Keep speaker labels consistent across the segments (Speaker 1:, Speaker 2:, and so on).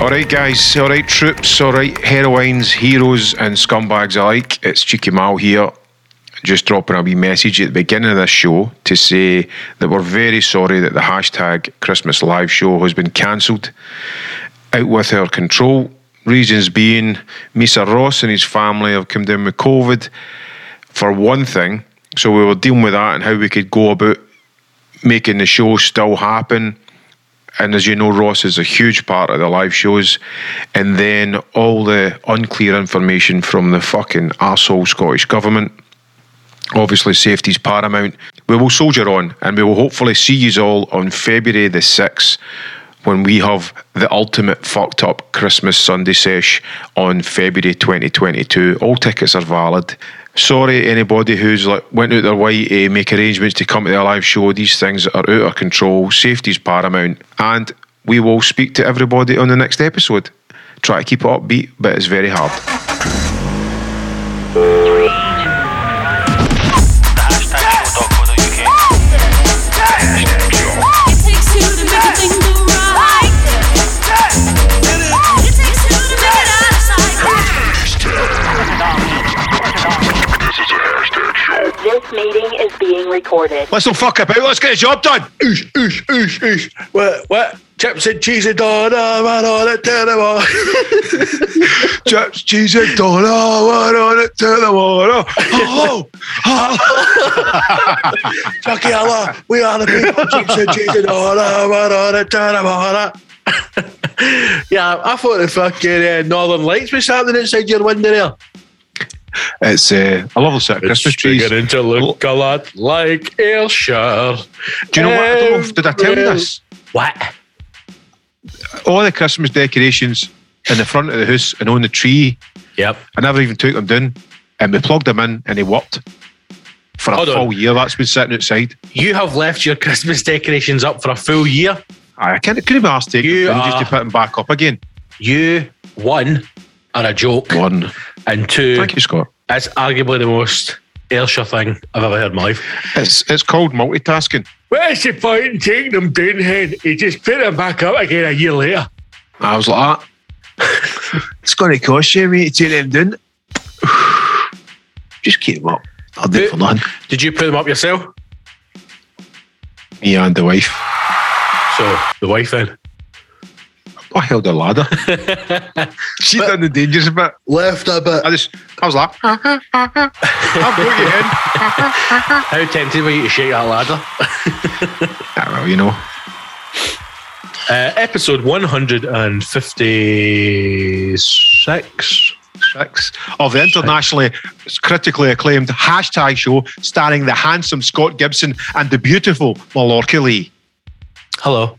Speaker 1: All right, guys. All right, troops. All right, heroines, heroes, and scumbags alike. It's Cheeky Mal here. Just dropping a wee message at the beginning of this show to say that we're very sorry that the hashtag Christmas Live Show has been cancelled. Out with our control. Reasons being, Mr. Ross and his family have come down with COVID, for one thing. So we were dealing with that and how we could go about making the show still happen and as you know, Ross is a huge part of the live shows. And then all the unclear information from the fucking arsehole Scottish government. Obviously, safety's paramount. We will soldier on, and we will hopefully see yous all on February the 6th when we have the ultimate fucked up Christmas Sunday sesh on February 2022. All tickets are valid. Sorry, anybody who's like went out their way to make arrangements to come to the live show. These things are out of control. Safety's paramount, and we will speak to everybody on the next episode. Try to keep it upbeat, but it's very hard.
Speaker 2: The hashtag show.co.uk.
Speaker 3: It takes two to make a thing go right. It takes two to make it out of sight.
Speaker 4: This meeting is being recorded.
Speaker 1: Let's not fuck about. Let's get a job done.
Speaker 5: oosh, oosh, oosh, oosh. What, what? Chips and cheese and don, oh, man, on it to the wall.
Speaker 1: Chips, cheese, and donuts.
Speaker 5: Oh, man, on it to the wall. Oh, hello, hello. Chucky, hello. We are the people. Chips and cheese and don, oh, man, on it to the wall. yeah, I thought the fucking uh, Northern Lights was happening inside your window there.
Speaker 1: It's uh, a lovely set of Christmas trees. Do
Speaker 5: to look a lot like Ayrshire.
Speaker 1: you know what? I don't know if, did I tell you this?
Speaker 5: What?
Speaker 1: all the Christmas decorations in the front of the house and on the tree.
Speaker 5: Yep.
Speaker 1: I never even took them down. And we plugged them in and they worked for a
Speaker 5: Hold on.
Speaker 1: full year. That's been sitting outside.
Speaker 5: You have left your Christmas decorations up for a full year.
Speaker 1: I can't, couldn't be asked to take
Speaker 5: You
Speaker 1: them down just to
Speaker 5: are-
Speaker 1: put them back up again.
Speaker 5: You, one, are a joke.
Speaker 1: One.
Speaker 5: And two,
Speaker 1: Thank you, Scott.
Speaker 5: it's arguably the most Ayrshire thing I've ever heard in my life.
Speaker 1: It's it's called multitasking.
Speaker 5: Where's the point in taking them down, hen? You just put them back up again a year later.
Speaker 1: I was like that. it's going to cost you, mate, to take them down. just keep them up. I'll do
Speaker 5: it for
Speaker 1: nothing.
Speaker 5: Did you put them up yourself?
Speaker 1: Me and the wife.
Speaker 5: So, the wife then.
Speaker 1: I held a ladder. She done the dangers a bit.
Speaker 6: Left a bit.
Speaker 1: I just, I was like, "Ah, I've got you in.
Speaker 5: How tempted were you to shake that ladder?
Speaker 1: Ah, well, you know.
Speaker 5: Uh, episode 156.
Speaker 1: six of the internationally critically acclaimed hashtag show starring the handsome Scott Gibson and the beautiful Mallorca Lee.
Speaker 5: Hello.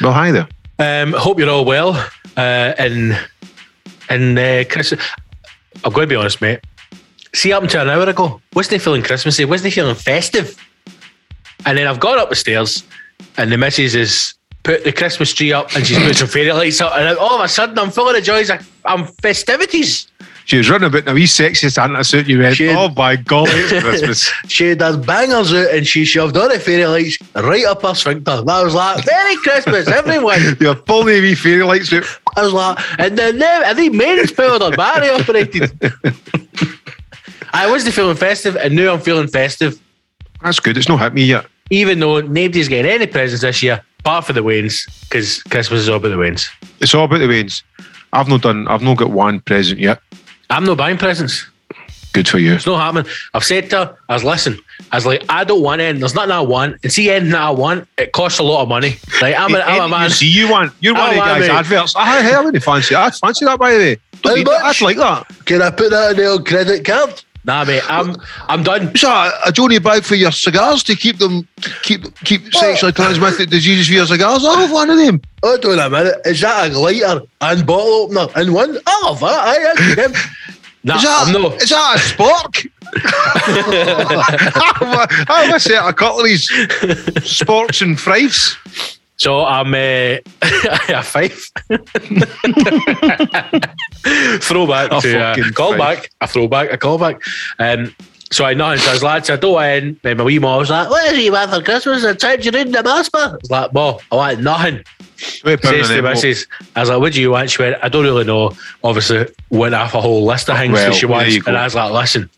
Speaker 1: Well, hi there.
Speaker 5: Um, hope you're all well. Uh, and and uh, Chris, I'm going to be honest, mate. See, up until an hour ago, wasn't he feeling Christmassy? Wasn't he feeling festive? And then I've gone up the stairs, and the missus is put the Christmas tree up, and she's put some fairy lights up, and all of a sudden I'm full of the joys. I- I'm festivities.
Speaker 1: She was running about in a wee sexy Santa suit. You went,
Speaker 6: She-
Speaker 1: oh my golly, it's Christmas.
Speaker 6: She had her bangers out and she shoved all the fairy lights right up her sphincter. And I was like, Merry Christmas, everyone.
Speaker 1: You're pulling the wee fairy lights out.
Speaker 6: I was like, and then them, and they made it powered on battery operated.
Speaker 5: I wasn't feeling festive, and now I'm feeling festive,
Speaker 1: That's good. It's not hit me yet.
Speaker 5: even though nobody's getting any presents this year, apart from the Waynes, because Christmas is all about the Waynes.
Speaker 1: It's all about the wains. I've not done. I've not got one present yet.
Speaker 5: I'm not buying presents.
Speaker 1: Good for you.
Speaker 5: It's not happening. I've said to her, I was listen, I was like, I don't want anything. There's nothing I want. And see anything that I want, it costs a lot of money. Like I'm a, I'm a
Speaker 1: Anything
Speaker 5: man.
Speaker 1: You see, you want. You're
Speaker 5: I'm
Speaker 1: one of the
Speaker 5: a
Speaker 1: guys
Speaker 5: man, mate.
Speaker 1: adverts. Ah, I hell, I really fancy. I fancy that by the way. Don't
Speaker 6: How
Speaker 1: need that.
Speaker 6: much?
Speaker 1: I'd like that.
Speaker 6: Can I put that on the old credit card?
Speaker 5: Nah, mate, I'm I'm done.
Speaker 6: So a, a Johnny bag for your cigars to keep them keep keep sexually transmitted diseases for your cigars. I'll have one of them. Hold on a minute. Is that a lighter and bottle opener in one? I love that. I, I them.
Speaker 5: Nah,
Speaker 6: Is that,
Speaker 5: I'm no.
Speaker 6: is that a spork?
Speaker 1: I have a set of cutleries, sports and fries.
Speaker 5: So I'm uh, a five. throwback
Speaker 1: A
Speaker 5: to uh,
Speaker 1: fucking
Speaker 5: callback, a throwback, a callback. Um, so I nodded. So I was like, I don't want. And my wee mom was like, "What do you want for Christmas?" I tried you in the master. I was like, "Mom, I want nothing."
Speaker 1: £20
Speaker 5: says
Speaker 1: an
Speaker 5: to
Speaker 1: envelope.
Speaker 5: Mrs. I was like, what do you want? She went, I don't really know. Obviously, went off a whole list of things
Speaker 1: Well,
Speaker 5: that she
Speaker 1: there
Speaker 5: wants.
Speaker 1: you go.
Speaker 5: And I was like, listen,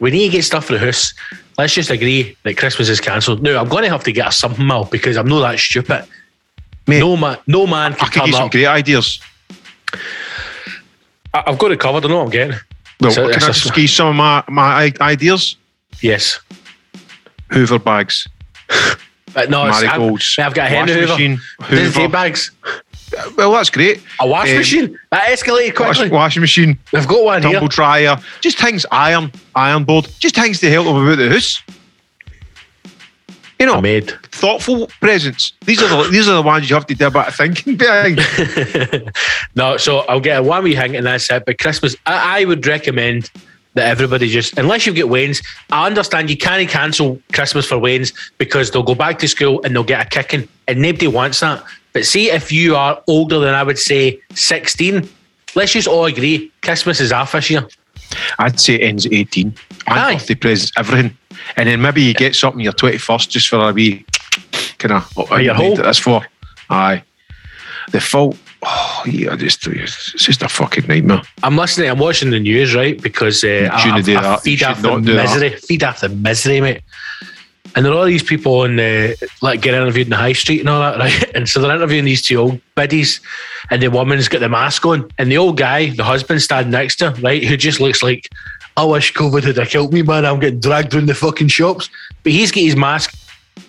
Speaker 5: we need to get stuff for the house. Let's just agree that Christmas is cancelled. No, I'm going to have to get her something, Mel, because I'm not that stupid.
Speaker 1: Mate,
Speaker 5: no man, no man
Speaker 1: I
Speaker 5: can
Speaker 1: could
Speaker 5: come
Speaker 1: get some
Speaker 5: up.
Speaker 1: great ideas.
Speaker 5: I- I've got it covered. I know what I'm getting.
Speaker 1: Well,
Speaker 5: So
Speaker 1: can
Speaker 5: it's
Speaker 1: I
Speaker 5: a-
Speaker 1: just give you some of my, my i- ideas?
Speaker 5: Yes.
Speaker 1: Hoover bags,
Speaker 5: But no, it's-
Speaker 1: marigolds,
Speaker 5: I've, I've got a hand
Speaker 1: washing machine,
Speaker 5: Doesn't take
Speaker 1: Hoover.
Speaker 5: bags.
Speaker 1: Well, that's great.
Speaker 5: A wash
Speaker 1: Um,
Speaker 5: machine? That escalated
Speaker 1: Wash,
Speaker 5: quickly.
Speaker 1: washing machine,
Speaker 5: I've got one here.
Speaker 1: tumble dryer, just things iron, iron board, just things to help them about the house. You know,
Speaker 5: I made.
Speaker 1: thoughtful presents. These are the these are the ones you have to do a bit of thinking behind.
Speaker 5: No, so I'll get a one wee hang and that's it. But Christmas, I, I would recommend that everybody just, unless you get Wayne's, I understand you can't cancel Christmas for Wayne's because they'll go back to school and they'll get a kicking and nobody wants that. But see, if you are older than I would say 16, let's just all agree Christmas is off this year.
Speaker 1: I'd say it ends at 18.
Speaker 5: Aye.
Speaker 1: And birthday presents, everything. And then maybe you get something your 21st just for a wee kind of what
Speaker 5: your hole?
Speaker 1: that's for. Aye. The fault. Oh, yeah, just, it's just a fucking nightmare.
Speaker 5: I'm listening. I'm watching the news, right? Because uh, I,
Speaker 1: shouldn't
Speaker 5: I,
Speaker 1: do
Speaker 5: I
Speaker 1: that. You
Speaker 5: feed
Speaker 1: should
Speaker 5: off the
Speaker 1: not do that.
Speaker 5: misery. Feed off the misery, mate. And there are all these people on the like get interviewed in the high street and all that, right? And so they're interviewing these two old biddies, and the woman's got the mask on, and the old guy, the husband, standing next to her, right, who just looks like, I wish COVID had a killed me, man. I'm getting dragged around the fucking shops, but he's got his mask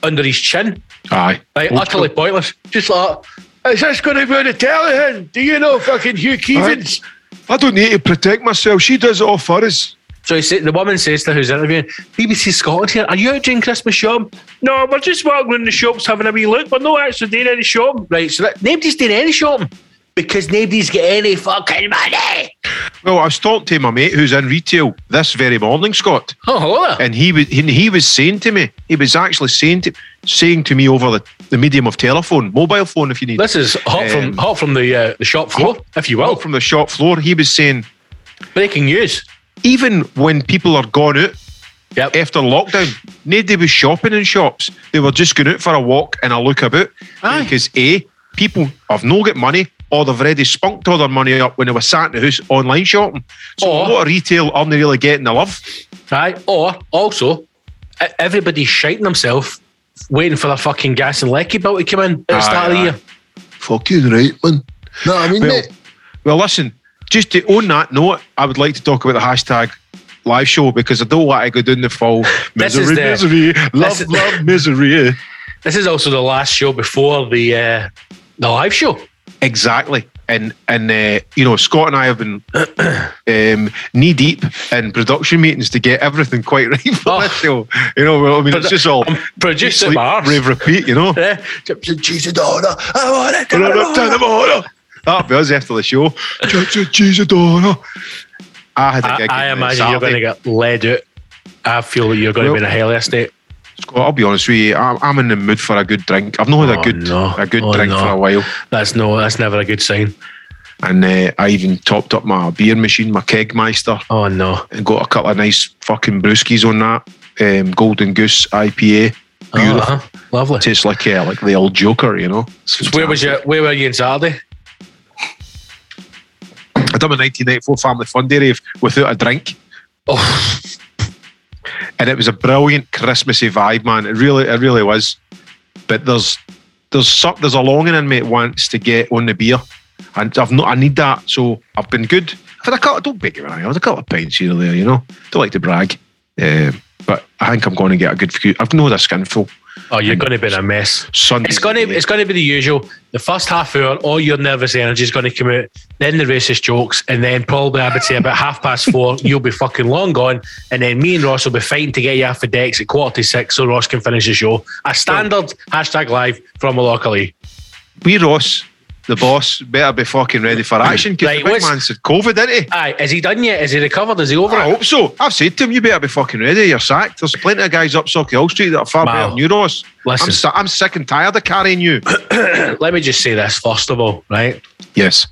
Speaker 5: under his chin,
Speaker 1: Aye.
Speaker 5: right?
Speaker 1: Old
Speaker 5: utterly pointless. Just like, is this going to be on the television? Do you know fucking Hugh Keevans?
Speaker 1: I don't need to protect myself. She does it all for us.
Speaker 5: So he said, the woman says to her who's interviewing, BBC Scotland here, are you out doing Christmas shopping? No, we're just walking in the shops having a wee look. We're not actually doing any shopping. Right, so that, nobody's doing any shopping because nobody's got any fucking money.
Speaker 1: Well, I was talking to my mate who's in retail this very morning, Scott.
Speaker 5: Oh, hold on.
Speaker 1: and he was he, he was saying to me, he was actually saying to saying to me over the, the medium of telephone, mobile phone, if you need.
Speaker 5: This is hot from
Speaker 1: Um,
Speaker 5: hot from the uh, the shop floor, if you will.
Speaker 1: Well, from the shop floor, he was saying
Speaker 5: Breaking news.
Speaker 1: even when people are gone out
Speaker 5: Yep.
Speaker 1: after lockdown, nobody was shopping in shops. They were just going out for a walk and a look about
Speaker 5: Aye.
Speaker 1: because a people have no get money. Or they've already spunked all their money up when they were sat in the house online shopping. So
Speaker 5: Or-
Speaker 1: a lot of retail aren't really getting the love.
Speaker 5: Right. Or also, e- everybody's shiting themselves waiting for the fucking gas and lecky bill to come in at the
Speaker 1: Aye,
Speaker 5: start of the
Speaker 1: aye.
Speaker 5: year.
Speaker 6: Fucking right, man. No, I mean,
Speaker 1: Well-
Speaker 6: mate,
Speaker 1: Well, listen, just to own that note, I would like to talk about the hashtag live show because I don't want to go down the fall.
Speaker 5: This is
Speaker 1: Misery,
Speaker 5: the-
Speaker 1: misery, love,
Speaker 5: is-
Speaker 1: love, misery.
Speaker 5: This is also the last show before the uh, the live show.
Speaker 1: Exactly. And, and uh, you know, Scott and I have been um, knee deep in production meetings to get everything quite right for
Speaker 5: Oh.
Speaker 1: this show. You know, well, I mean, it's just all
Speaker 5: I'm produced at
Speaker 1: sleep,
Speaker 5: my arse.
Speaker 1: rave, repeat, you know.
Speaker 5: Yeah.
Speaker 6: Jesus, daughter, I want it.
Speaker 1: Turn up, turn them all up. That'll be us after the show. Church of Jesus, Donna. I had a
Speaker 5: I,
Speaker 1: gig
Speaker 5: I
Speaker 1: on
Speaker 5: imagine you're
Speaker 1: Saturday.
Speaker 5: going to get led out. I feel that you're going to
Speaker 1: Well-
Speaker 5: be in a hell of a state.
Speaker 1: Scott, I'll be honest with you. I'm, I'm in the mood for a good drink. I've not had
Speaker 5: Oh,
Speaker 1: a good
Speaker 5: no.
Speaker 1: a good
Speaker 5: Oh,
Speaker 1: drink
Speaker 5: no.
Speaker 1: for a while,
Speaker 5: That's no, that's never a good sign.
Speaker 1: and uh, I even topped up my beer machine, my Kegmeister,
Speaker 5: Oh no,
Speaker 1: and got a couple of nice fucking brewskis on that. Um, Golden Goose IPA,
Speaker 5: oh,
Speaker 1: beautiful.
Speaker 5: uh-huh. lovely.
Speaker 1: Tastes like uh, like the old Joker, you know.
Speaker 5: So where was you? Where were you on Saturday?
Speaker 1: I done a 1994 family fun day rave without a drink.
Speaker 5: Oh,
Speaker 1: and it was a brilliant Christmassy vibe, man. It really, it really was. But there's there's some, there's a longing in me at once to get on the beer, and I've not. I need that, so I've been good. I've had a couple. Don't beg me wrong. I had a couple of pints here or there. You know, don't like to brag, Um but I think I'm going to get a good few. I've known a skinful
Speaker 5: oh, you're going to be in a mess.
Speaker 1: Sunday.
Speaker 5: It's going to it's going to be the usual. The first half hour, all your nervous energy is going to come out. Then the racist jokes, and then probably I would say about half past four, you'll be fucking long gone. And then me and Ross will be fighting to get you off the decks at quarter to six, so Ross can finish the show. A standard hashtag live from Malocally.
Speaker 1: we Ross, the boss, better be fucking ready for action because
Speaker 5: Right,
Speaker 1: the big
Speaker 5: what's-
Speaker 1: man said COVID, didn't he?
Speaker 5: Aye, is he done yet? Is he recovered? Is he over
Speaker 1: I
Speaker 5: it?
Speaker 1: hope so. I've said to him, you better be fucking ready. You're sacked. There's plenty of guys up Socky Hill Street that are far
Speaker 5: Wow.
Speaker 1: better than you, Ross.
Speaker 5: Listen.
Speaker 1: I'm, si- I'm sick and tired of carrying you.
Speaker 5: Let me just say this first of all, right?
Speaker 1: yes.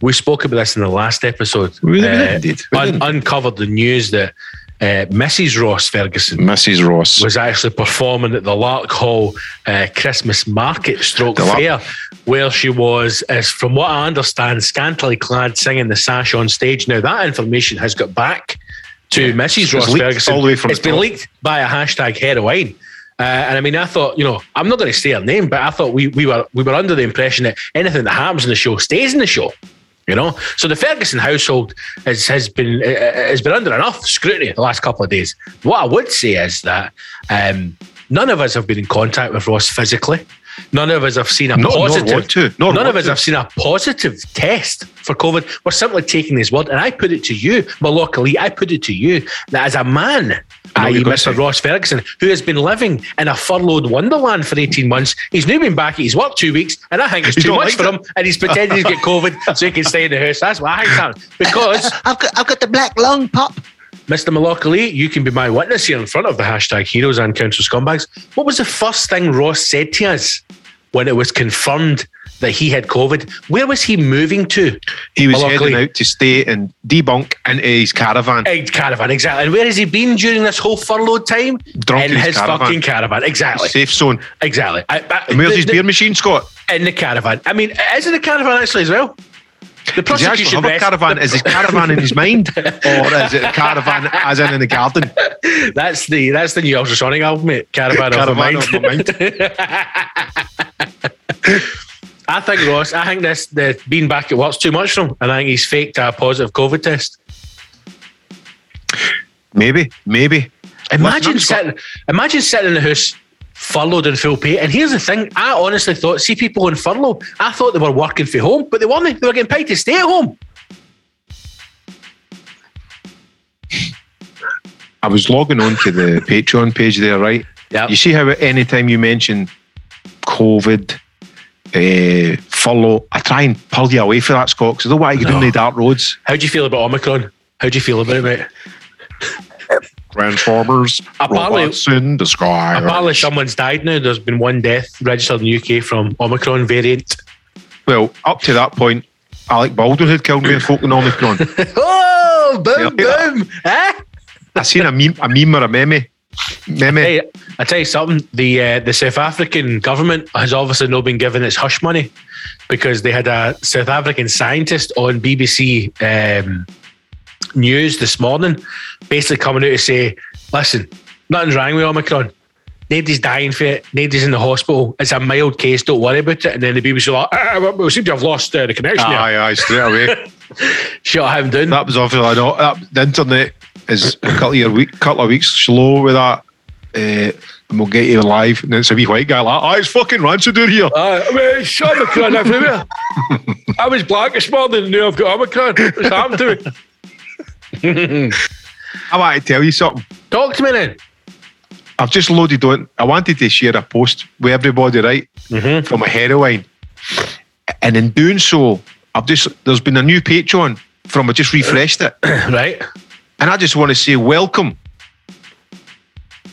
Speaker 5: We spoke about this in the last episode.
Speaker 1: We really did. We
Speaker 5: un-
Speaker 1: didn't.
Speaker 5: uncovered the news that uh, uh, Mrs. Ross Ferguson
Speaker 1: Mrs. Ross.
Speaker 5: was actually performing at the Lark Hall uh, Christmas Market Stroke
Speaker 1: The Lark-
Speaker 5: Fair, where she was, as from what I understand, scantily clad, singing the sash on stage. Now that information has got back to Mrs.
Speaker 1: was
Speaker 5: Ross
Speaker 1: leaked
Speaker 5: Ferguson.
Speaker 1: all the way from
Speaker 5: It's
Speaker 1: the
Speaker 5: been
Speaker 1: top.
Speaker 5: leaked by a hashtag heroin. Uh, and I mean, I thought, you know, I'm not going to say her name, but I thought we, we were we were under the impression that anything that happens in the show stays in the show. You know, so the Ferguson household has, has been uh, has been under enough scrutiny the last couple of days. What I would say is that um, none of us have been in contact with Ross physically. None of us have seen a
Speaker 1: No, nor
Speaker 5: positive.
Speaker 1: want to, nor
Speaker 5: none of
Speaker 1: want
Speaker 5: us
Speaker 1: to.
Speaker 5: have seen a positive test for COVID. We're simply taking his word, and I put it to you, Malok Ali. I put it to you that as a man,
Speaker 1: I know
Speaker 5: i.e.,
Speaker 1: you're gonna
Speaker 5: Mr.
Speaker 1: say.
Speaker 5: Ross Ferguson, who has been living in a furloughed wonderland for 18 months. He's now been back at his work two weeks, and I think it's
Speaker 1: He's
Speaker 5: too
Speaker 1: not
Speaker 5: much
Speaker 1: liked
Speaker 5: for
Speaker 1: it.
Speaker 5: him. And he's pretending he's got COVID so he can stay in the house. That's what I think, Because,
Speaker 6: I've got, I've got the black lung pop.
Speaker 5: Mr. Malockley, you can be my witness here in front of the hashtag heroes and council scumbags. What was the first thing Ross said to us when it was confirmed that he had COVID? Where was he moving to?
Speaker 1: He was
Speaker 5: Malockley.
Speaker 1: heading out to stay and debunk into his caravan.
Speaker 5: Eh, Caravan, exactly. And where has he been during this whole furlough time?
Speaker 1: Drunk
Speaker 5: in
Speaker 1: in his
Speaker 5: his
Speaker 1: caravan.
Speaker 5: fucking caravan, exactly.
Speaker 1: Safe zone.
Speaker 5: Exactly. I, I,
Speaker 1: And where's his
Speaker 5: the-
Speaker 1: beer machine, Scott?
Speaker 5: in the caravan. I mean, is it the caravan actually as well? The
Speaker 1: Does he actually
Speaker 5: prosecution
Speaker 1: have a
Speaker 5: rest-
Speaker 1: caravan? Is his caravan in his mind? Or is it a caravan as in in the garden?
Speaker 5: That's the that's the new ultrasonic album, mate. Caravan, of the
Speaker 1: Caravan
Speaker 5: mind.
Speaker 1: of my mind.
Speaker 5: I think Ross. I think this the being back at work's too much for him, and I think he's faked a positive COVID test.
Speaker 1: Maybe, maybe.
Speaker 5: Imagine
Speaker 1: Listen, Scott,
Speaker 5: sitting, imagine sitting in the house furloughed and full pay. And here's the thing: I honestly thought, see people on furlough, I thought they were working from home, but they weren't. They were getting paid to stay at home.
Speaker 1: I was logging on to the Patreon page there, right?
Speaker 5: Yep.
Speaker 1: You see how anytime you mention COVID, uh, furlough, I try and pull you away from that, Scott, because I don't want you down the dark roads.
Speaker 5: How do you feel about Omicron? How do you feel about it, mate?
Speaker 1: Transformers,
Speaker 5: Apparently-
Speaker 1: robots in the sky.
Speaker 5: Apparently, someone's died now. There's been one death registered in the UK from Omicron variant.
Speaker 1: Well, up to that point, Alec Baldwin had killed me in folk in Omicron.
Speaker 6: Oh, boom,
Speaker 1: Yeah.
Speaker 6: boom.
Speaker 5: Eh?
Speaker 1: I seen a meme, a meme or a meme, meme.
Speaker 5: Hey, I tell you something. The uh, the South African government has obviously not been given its hush money because they had a South African scientist on BBC um, news this morning, basically coming out to say, "Listen, nothing's wrong with Omicron. Nobody's dying for it. Nobody's in the hospital. It's a mild case. Don't worry about it." And then the BBC were like, "Ah, well, "We seem to have lost uh, the connection." here."
Speaker 1: Aye, aye, straight away.
Speaker 5: Shut him down.
Speaker 1: that was obviously not. That, the internet is a couple of, year week, couple of weeks slow with that. Uh, and we'll get you live. And it's a wee white guy like, ah, it's fucking rancid out here.
Speaker 5: Uh, I mean, it's Omicron everywhere. I was black this morning and now I've got Omicron. What's happened to me?
Speaker 1: I want to tell you something.
Speaker 5: Talk to me then.
Speaker 1: I've just loaded on. I wanted to share a post with everybody, right? From a heroine. And in doing so, I've just, there's been a new Patreon from, I just refreshed it.
Speaker 5: Right.
Speaker 1: And I just want to say welcome,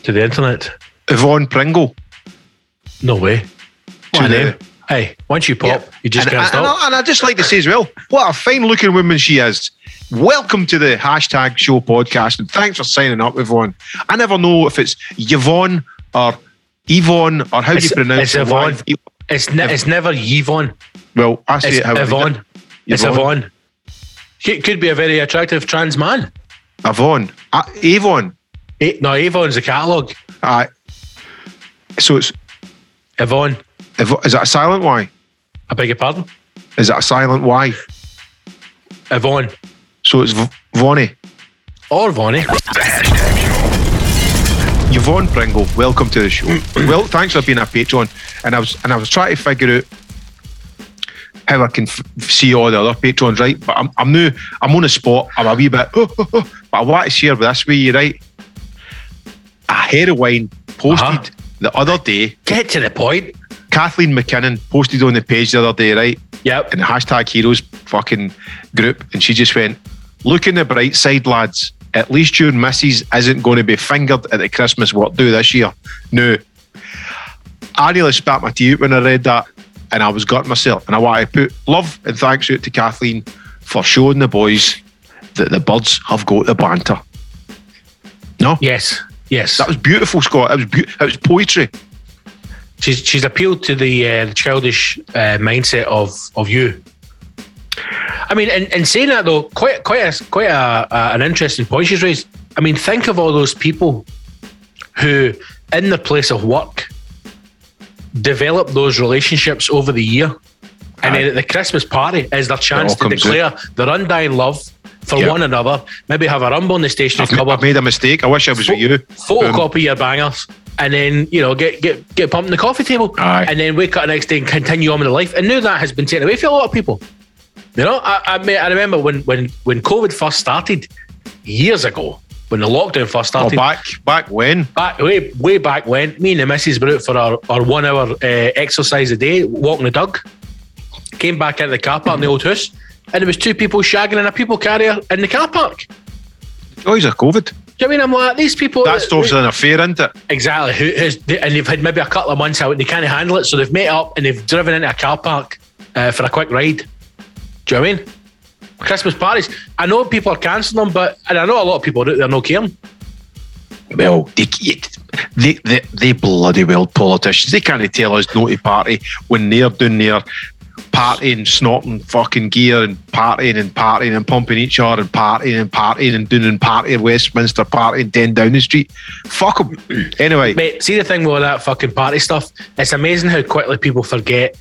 Speaker 5: To the internet.
Speaker 1: Yvonne Pringle.
Speaker 5: No way.
Speaker 1: Why
Speaker 5: To them.
Speaker 1: not?
Speaker 5: Hey, once you pop,
Speaker 1: Yeah.
Speaker 5: Oh, you just
Speaker 1: and,
Speaker 5: can't
Speaker 1: and, and,
Speaker 5: stop.
Speaker 1: I, and I just like to say as well, what a fine looking woman she is. Welcome to the hashtag show podcast and thanks for signing up, Yvonne. I never know if it's Yvonne or Yvonne or how do you
Speaker 5: It's-
Speaker 1: pronounce
Speaker 5: it's
Speaker 1: it.
Speaker 5: Yvonne.
Speaker 1: Y-
Speaker 5: It's, ne- it's never Yvonne.
Speaker 1: Well, I say
Speaker 5: It's
Speaker 1: it how I did it.
Speaker 5: Yvonne. It's
Speaker 1: Yvonne.
Speaker 5: Yvonne. She could be a very attractive trans man.
Speaker 1: Yvonne. Uh, Yvonne.
Speaker 5: Eh, No, Yvonne's a catalogue.
Speaker 1: Aye. so it's,
Speaker 5: Yvonne.
Speaker 1: Yvo- is that a silent Y?
Speaker 5: I beg your pardon.
Speaker 1: Is that a silent Y?
Speaker 5: Yvonne.
Speaker 1: So it's v- Vonnie.
Speaker 5: Or Vonnie.
Speaker 1: Yvonne Pringle, welcome to the show. well, thanks for being a patron. And I was and I was trying to figure out how I can f- see all the other patrons, right? But I'm I'm new. I'm on the spot. I'm a wee bit. but I want to share with this with you, right? A heroine posted
Speaker 5: Uh-huh.
Speaker 1: the other day.
Speaker 5: Get to the point.
Speaker 1: Kathleen McKinnon posted on the page the other day, right?
Speaker 5: Yep.
Speaker 1: In the hashtag Heroes fucking group, and she just went, "Look in the bright side, lads. At least your missus isn't going to be fingered at the Christmas what do this year." No, I nearly spat my tea out when I read that, and I was gutting myself. And I want to put love and thanks out to Kathleen for showing the boys that the birds have got the banter. No,
Speaker 5: Yes, yes.
Speaker 1: that was beautiful, Scott. It was be- it was poetry.
Speaker 5: She's she's appealed to the uh, the childish uh, mindset of of you. I mean, and, and saying that though, quite quite a, quite a, a, an interesting point she's raised. I mean, think of all those people who, in the place of work, develop those relationships over the year, and then
Speaker 1: Aye.
Speaker 5: at the Christmas party is their chance
Speaker 1: all
Speaker 5: to
Speaker 1: comes
Speaker 5: declare their undying love for
Speaker 1: Yeah.
Speaker 5: one another. Maybe have a rumble in the stationery
Speaker 1: I've,
Speaker 5: cupboard
Speaker 1: I've made a mistake. I wish I was with you. Um, Boom.
Speaker 5: photocopy your bangers and then you know get get get pumped on the coffee table
Speaker 1: Aye.
Speaker 5: and then wake up the next day and continue on with the life and now that has been taken away from a lot of people you know I, I, mean, I remember when when when covid first started years ago when the lockdown first
Speaker 1: Oh,
Speaker 5: started
Speaker 1: back back when?
Speaker 5: back way way back when me and the missus were out for our, our one hour uh, exercise a day walking the dog came back into the car park in the old house and there was two people shagging in a people carrier in the car park
Speaker 1: Joys of COVID.
Speaker 5: do you know what I mean? I'm like, these people.
Speaker 1: That's obviously an affair, isn't it?
Speaker 5: Exactly. Who is, and they've had maybe a couple of months out and they can't handle it. So they've met up and they've driven into a car park uh, for a quick ride. Do you know what I mean? Christmas parties. I know people are cancelling them, but and I know a lot of people are out there no caring.
Speaker 1: Well, they, they, they, they bloody well politicians. They can't tell us no to party when they're doing their partying, snorting fucking gear and partying and partying and pumping each other and partying and partying and doing and partying Westminster partying 10 Downing Street. Fuck 'em. Anyway,
Speaker 5: Mate, see the thing with all that fucking party stuff? It's amazing how quickly people forget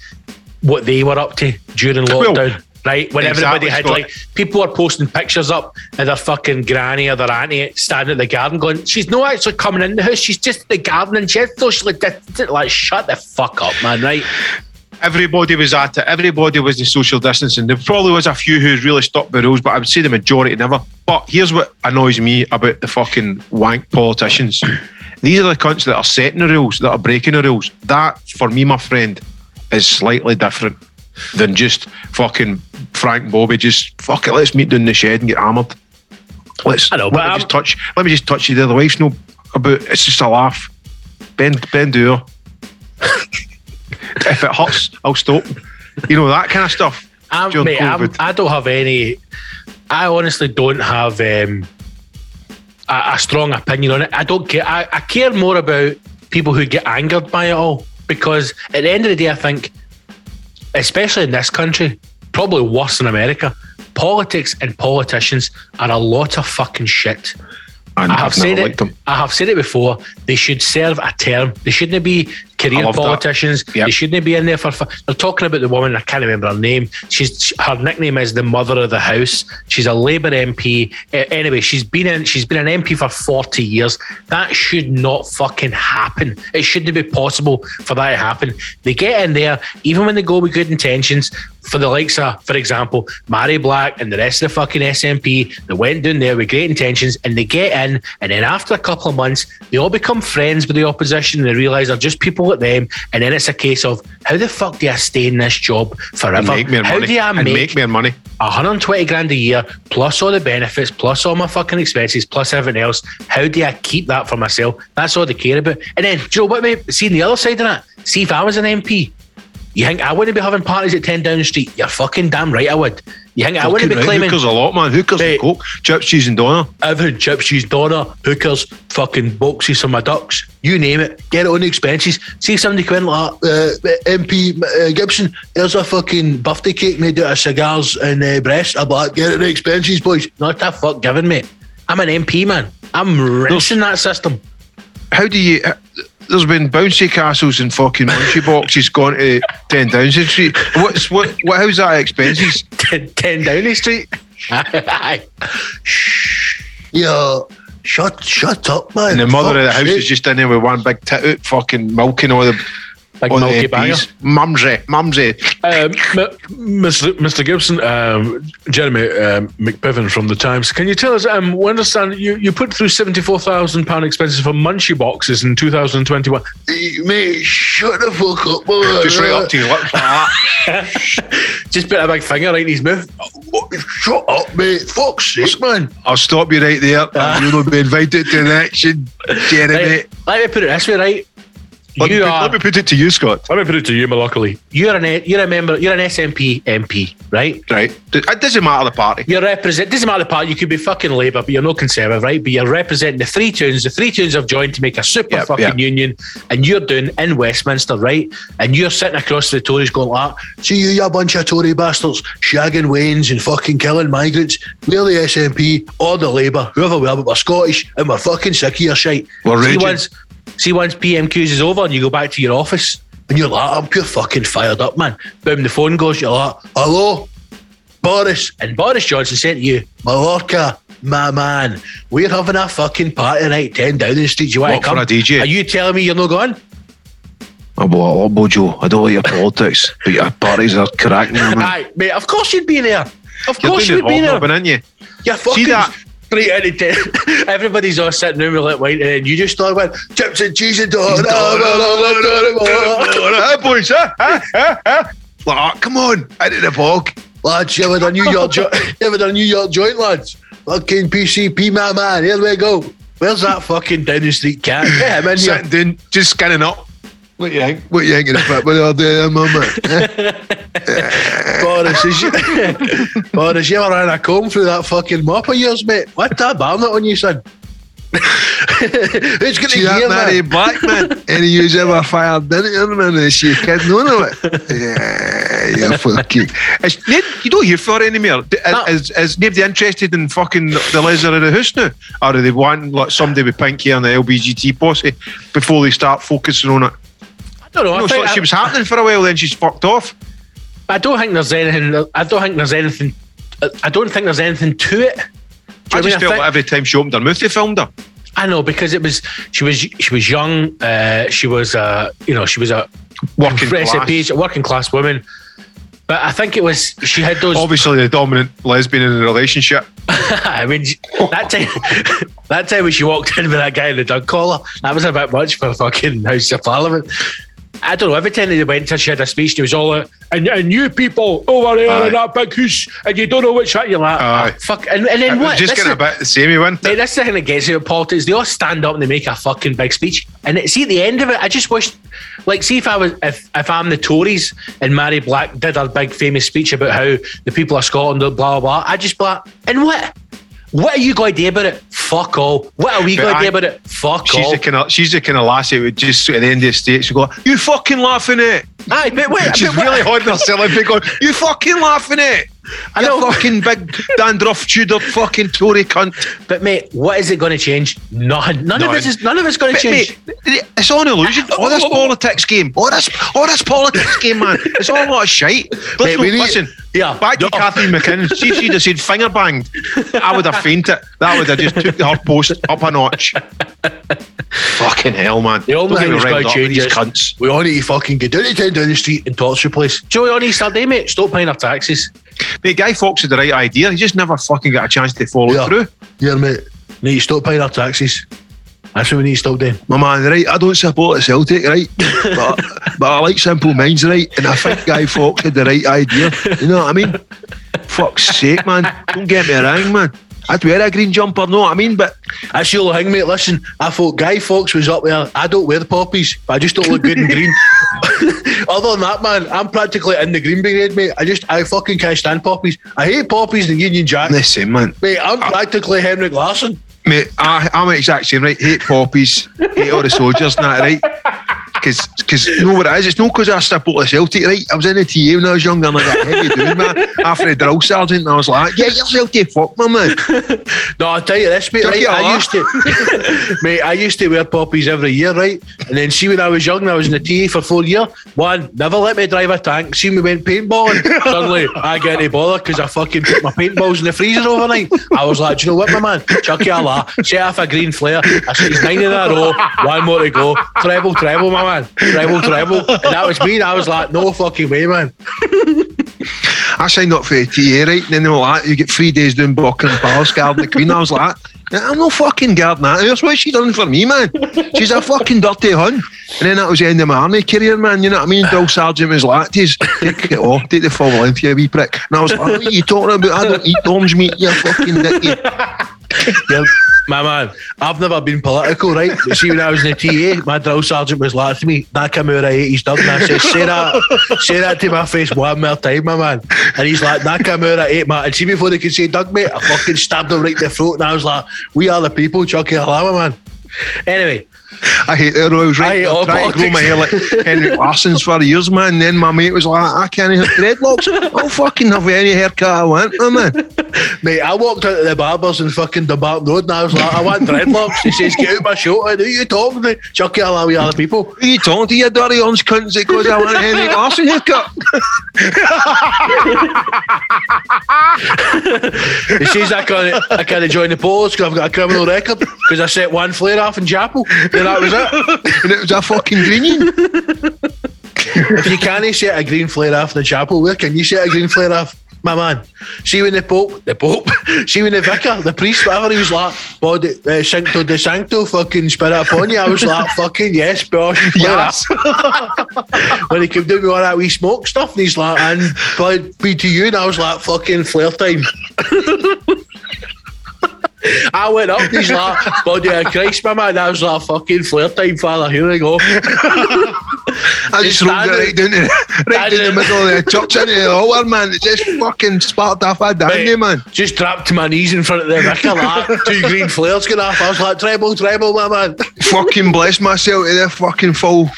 Speaker 5: what they were up to during
Speaker 1: Well,
Speaker 5: lockdown. Right, when everybody
Speaker 1: exactly,
Speaker 5: had
Speaker 1: Scott.
Speaker 5: like people are posting pictures up of their fucking granny or their auntie standing at the garden, going, "She's no actually coming in the house. She's just at the garden and she's socially distant." Like, shut the fuck up, man. Right?
Speaker 1: everybody was at it. Everybody was the social distancing. There probably was a few who really stuck by rules, but I would say the majority never. But here's what annoys me about the fucking wank politicians. These are the cunts that are setting the rules, that are breaking the rules. That, for me, my friend, is slightly different than just fucking Frank and Bobby. Just fuck it, let's meet down in the shed and get hammered. Let's
Speaker 5: I know, but
Speaker 1: let me
Speaker 5: I'm-
Speaker 1: just touch. Let me just touch you there. The wife's no about. It's just a laugh. Bend, bend over if it hurts, I'll stop. You know that kind of stuff.
Speaker 5: I'm,
Speaker 1: during
Speaker 5: mate, I'm,
Speaker 1: COVID.
Speaker 5: I don't have any. I honestly don't have um, a, a strong opinion on it. I don't care. I, I care more about people who get angered by it all because at the end of the day, I think, especially in this country, probably worse in America, politics and politicians are a lot of fucking shit.
Speaker 1: And
Speaker 5: I have said
Speaker 1: never
Speaker 5: it.
Speaker 1: liked them.
Speaker 5: I have said it before. They should serve a term. They shouldn't be
Speaker 1: I
Speaker 5: career
Speaker 1: love that.
Speaker 5: politicians.
Speaker 1: Yep.
Speaker 5: They shouldn't be in there for. fu- They're talking about the woman. I can't remember her name. She's she- her nickname is the mother of the house. She's a Labour MP. A- Anyway, she's been in. She's been an MP for forty years. That should not fucking happen. It shouldn't be possible for that to happen. They get in there, even when they go with good intentions. For the likes of, for example, Mary Black and the rest of the fucking SNP, they went down there with great intentions and they get in. And then after a couple of months, they all become friends with the opposition and they realise they're just people like them. And then it's a case of how the fuck do I stay in this job
Speaker 1: And
Speaker 5: forever?
Speaker 1: make me
Speaker 5: How
Speaker 1: money.
Speaker 5: do I
Speaker 1: and
Speaker 5: make
Speaker 1: make me money.
Speaker 5: 120 grand a year plus all the benefits, plus all my fucking expenses, plus everything else? How do I keep that for myself? That's all they care about. And then, do you know what, mate? Seeing the other side of that, see if I was an MP, you think I wouldn't be having parties at 10 Downing Street? You're fucking damn right I would. You think I wouldn't be
Speaker 1: Fucking right,
Speaker 5: claiming
Speaker 1: hookers a lot, man. Hookers and
Speaker 5: Mate.
Speaker 1: coke, chips, cheese, and doner.
Speaker 5: everything chips, cheese, doner, hookers, fucking boxes for my ducks, you name it, get it on the expenses. See if somebody come in like that,
Speaker 6: Uh, MP uh, Gibson, there's a fucking birthday cake made out of cigars and uh, breast. I'm like, get it at the expenses, boys.
Speaker 5: not that fuck given, mate. I'm an MP, man. I'm rinsing that system.
Speaker 1: How do you? uh, There's been bouncy castles and fucking munchie boxes gone to Ten Downing Street. What's what? what how's that expenses?
Speaker 5: 10, 10 Downing Street. Aye.
Speaker 6: Yeah, shut shut up, man.
Speaker 1: And the mother of the
Speaker 6: Fuck's
Speaker 1: house is
Speaker 6: sake.
Speaker 1: just in there with one big tit out, fucking milking all the
Speaker 5: Big
Speaker 1: all the
Speaker 5: milky banger.
Speaker 1: MPs. Mumsy, mumsy.
Speaker 7: Um, M- Mr. Mr. Gibson, um, Jeremy um, McPiven from the Times. Can you tell us? Um, we understand you, you put through seventy four thousand pound expenses for munchie boxes in two thousand and twenty one.
Speaker 6: Mate, shut the fuck up, man.
Speaker 1: Just right up to your lips like that.
Speaker 5: Just put a big finger right in his mouth.
Speaker 6: Shut up, mate. Fuck's sake, man.
Speaker 1: I'll stop you right there. and You'll be invited to an action, Jeremy.
Speaker 5: Right, let me put it this way, right?
Speaker 8: Let,
Speaker 5: You
Speaker 8: me, put-
Speaker 5: are-
Speaker 8: let me put it to you, Scott.
Speaker 7: Let me put it to you, Malocally.
Speaker 5: You're an A- you're a member. You're an SNP MP, right?
Speaker 1: Right. It doesn't matter the party.
Speaker 5: You're represent. Doesn't matter the party. You could be fucking Labour, but you're no Conservative, right? But you're representing the three tunes. The three tunes have joined to make a super
Speaker 1: Yep,
Speaker 5: fucking
Speaker 1: yep.
Speaker 5: union, and you're doing in Westminster, right? And you're sitting across the Tories going "Ah, like,
Speaker 6: See you, you bunch of Tory bastards, shagging wains and fucking killing migrants. We're the SNP or the Labour, whoever we are, but we're Scottish and we're fucking sick of your shite.
Speaker 1: We're
Speaker 5: see
Speaker 1: raging.
Speaker 5: once, see once PMQs is over, and you go back to your office, and you're like, I'm pure fucking fired up, man. Boom, the phone goes. You're like,
Speaker 6: Hello, Boris,
Speaker 5: and Boris Johnson said to you,
Speaker 6: Mallorca, my man.
Speaker 5: We're having a fucking party night 10 Downing Street. Do you want
Speaker 1: What,
Speaker 5: to come?
Speaker 1: for a DJ?
Speaker 5: Are you telling me you're not going?
Speaker 1: Oh, boy, oh, Bojo, I don't like your politics, but your parties are cracking. man.
Speaker 5: Aye, mate, of course you'd be there. Of
Speaker 1: Mm-hmm. You're
Speaker 5: course
Speaker 1: doing
Speaker 5: you'd
Speaker 1: it
Speaker 5: be there.
Speaker 1: hobnobbing, ain't you?
Speaker 5: You're fucking
Speaker 1: that?
Speaker 5: straight out of 10. Everybody's all sitting room with lit white, and then you just start went,
Speaker 6: Chips and cheese and
Speaker 5: Oh,
Speaker 6: donuts.
Speaker 1: Huh, boys, huh? Huh? Huh? Huh? Like, oh, come on, out of the bog.
Speaker 6: Lads, you ever done New York joint? You ever done New York joint, lads? Fucking PCP, my man. Here we go.
Speaker 5: Where's that fucking Downing Street cat? Yeah, I'm in here.
Speaker 1: Sitting down, just scanning up. What do you think?
Speaker 6: What you hanging about? What are they, mama? Boris, is you, Boris, you ever ran a comb through that fucking mop of yours, mate? What that barnet on you, son? Who's going to
Speaker 8: See that
Speaker 6: hear
Speaker 8: married
Speaker 6: that?
Speaker 8: black man? Any you's ever fired didn't you, man? Is you kidding on it? Yeah, you're fucking.
Speaker 1: It's, you don't hear for it anymore. D- Is, is, is nobody interested in fucking the Lizard of the House now? Or do they want like, somebody with pink hair and the LBGT posse before they start focusing on it?
Speaker 5: I don't know.
Speaker 1: No,
Speaker 5: I,
Speaker 1: it's
Speaker 5: think,
Speaker 1: like
Speaker 5: I,
Speaker 1: she was happening for a while, then she's fucked off.
Speaker 5: I don't think there's anything. I don't think there's anything. I don't think there's anything to it. Do
Speaker 1: I
Speaker 5: you know what
Speaker 1: just
Speaker 5: mean?
Speaker 1: felt like every time she opened her mouth, they filmed her.
Speaker 5: I know because it was she was she was young. Uh, she was uh, you know she was a
Speaker 1: Working
Speaker 5: impressive
Speaker 1: class.
Speaker 5: age, a working class woman. But I think it was she had those.
Speaker 1: Obviously, the dominant lesbian in the relationship.
Speaker 5: I mean, that time that time when she walked in with that guy in the dog collar, that was a bit much for fucking House of Parliament. I don't know. Every time they went to, she had a speech. She was all out, and, and you people over there
Speaker 1: Aye.
Speaker 5: in that big house, and you don't know which hat you're like.
Speaker 1: Aye.
Speaker 5: "Ah, fuck. And, and then
Speaker 1: It was
Speaker 5: what?
Speaker 1: Just
Speaker 5: This
Speaker 1: getting
Speaker 5: is-
Speaker 1: a bit the same, went.
Speaker 5: Mate, that's the thing that gets you at politics. They all stand up and they make a fucking big speech. And it, see, at the end of it, I just wish, like, see if I was, if, if I'm the Tories and Mary Black did her big famous speech about how the people of Scotland, are blah, blah, blah. I just, blah, and what? What are you going to do about it? Fuck all. What are we
Speaker 1: But
Speaker 5: going to
Speaker 1: I-
Speaker 5: do about it? Fuck
Speaker 1: She's
Speaker 5: all.
Speaker 1: the kind of she's the kind of lassie who would just at the end of the stage she'll go, You fucking laughing at it.
Speaker 5: Aye, but wait,
Speaker 1: She's
Speaker 5: but what-
Speaker 1: really holding herself big on. You fucking laughing at it.
Speaker 5: I
Speaker 1: You
Speaker 5: know.
Speaker 1: fucking big dandruff Tudor fucking Tory cunt.
Speaker 5: But mate, what is it going to change? Nothing. None of
Speaker 1: Nothing.
Speaker 5: this is. None of it's going to
Speaker 1: But,
Speaker 5: change.
Speaker 1: mate, it's all an illusion. All this
Speaker 5: Oh.
Speaker 1: politics game. All this all this politics game, man. It's all a lot of shite. Listen,
Speaker 5: we need-
Speaker 1: listen
Speaker 5: Yeah.
Speaker 1: back to
Speaker 5: No.
Speaker 1: Kathleen McKinnon. She she'd have said finger banged. I would have fainted. That would have just took her post up a notch. fucking hell, man.
Speaker 5: The only
Speaker 1: Don't get
Speaker 5: thing
Speaker 1: me
Speaker 5: that's
Speaker 1: riled
Speaker 5: going to
Speaker 1: up with
Speaker 5: change
Speaker 1: these
Speaker 5: is
Speaker 1: cunts.
Speaker 6: We all need to fucking get down to 10 down the street.
Speaker 5: and torture place. Joey on Easter Day, mate. Stop paying our taxes.
Speaker 1: Mate, Guy Fawkes had the right idea. He just never fucking got a chance to follow
Speaker 6: Yeah.
Speaker 1: it through.
Speaker 6: Here, mate. Need to stop paying our taxes. That's what we need to stop doing.
Speaker 8: My man, right? I don't support Celtic, right? But, but I like simple minds, right? And I think Guy Fawkes had the right idea. You know what I mean? Fuck's sake, man. Don't get me wrong, man. I'd wear a green jumper, know what I mean? But
Speaker 6: That's the only thing, mate. Listen, I thought Guy Fawkes was up there. I don't wear the poppies, but I just don't look good in green. Other than that, man, I'm practically in the Green Brigade, mate. I just, I fucking can't stand poppies. I hate poppies and Union Jack.
Speaker 1: Listen, man.
Speaker 6: Mate, I'm practically Henrik Larsson.
Speaker 1: Mate, I, I'm the exact same, right? Hate poppies, hate all the soldiers and that, right? Because, you know what it is? It's not because I support Celtic, right? I was in the TA when I was younger and I got heavy doing, man. After a drill sergeant, and I was like, yeah, you're Celtic, fuck my man.
Speaker 6: No, I'll tell you this, mate.
Speaker 1: Took
Speaker 6: Right?
Speaker 1: you
Speaker 6: I
Speaker 1: along.
Speaker 6: used to, mate. I used to wear poppies every year, right? And then see when I was young, I was in the TA for four years. One never let me drive a tank. See, we went paintballing. Suddenly, I get any bother because I fucking put my paintballs in the freezer overnight. I was like, do you know what, my man? Chuck you a la, set off a green flare. I said, it's nine in a row, one more to go. Treble, treble, my man. Treble, treble. And that was me. And I was like, no fucking way, man.
Speaker 8: I signed up for the TA, right? And then they were like, you get three days doing Buckingham Palace, guarding the Queen. I was like, I'm no fucking guarding that. That's what she done for me, man. She's a fucking dirty hun. And then that was the end of my army career, man. You know what I mean? Drill sergeant was like, "Tis- take it off, take the Nou, "Oh, full length, you wee prick. And I was like, what are you talking about? I don't eat Dom's meat, you fucking dickhead.
Speaker 6: Yeah, my man, I've never been political, right? But see, when I was in the TA, my drill sergeant was like to me, that Nakamura 80s dub. And I said, say that, say that to my face one more time, my man. And he's like, Nakamura 8, man. And see, before they could say Doug, mate, I fucking stabbed him right in the throat. And I was like, we are the people, Chucky Halama, man. Anyway,
Speaker 1: I hate that. I was
Speaker 6: I
Speaker 1: right.
Speaker 6: hate
Speaker 1: I,
Speaker 6: all
Speaker 1: tried to grow my hair like Henry Parsons for years, man. Then my mate was like,
Speaker 8: "Ah,
Speaker 1: I can't have dreadlocks.
Speaker 8: Oh,
Speaker 1: I'll fucking have any haircut I want, my man.
Speaker 6: mate, I walked out of the barbers in fucking the Barton Road and I was like, I want dreadlocks. He says, get out my shirt. I know you talking to me. Chucky Halama, we are the people.
Speaker 1: Who you talking to, you dirty orange cunts? Because I want a Henry Parsons haircut.
Speaker 6: He says I can't, I can't join the polls because I've got a criminal record because I set one flare off in Chapel and that was it.
Speaker 1: And it was a fucking greenie.
Speaker 6: If you can't set a green flare off in the chapel, where can you set a green flare off? My man, see when the Pope, the Pope, see when the vicar, the priest, whatever, he was like, body, uh, sancto de sancto, fucking spirit upon you. I was like, fucking yes, bosh, yes. when he came down with all that wee smoke stuff, and he's like, and blood be to you, and I was like, fucking flare time. I went up, he's like, body of Christ, my man. I was like, fucking flare time, father, here we go.
Speaker 1: I just rolled it right down, to, right down the
Speaker 6: Standing.
Speaker 1: middle of the church into the hallway, man. It just fucking sparked off a down
Speaker 6: Mate,
Speaker 1: you, man.
Speaker 6: Just trapped to my knees in front of the vicar, like two green flares going off. I was like, treble, treble, my man.
Speaker 1: fucking bless myself to the fucking full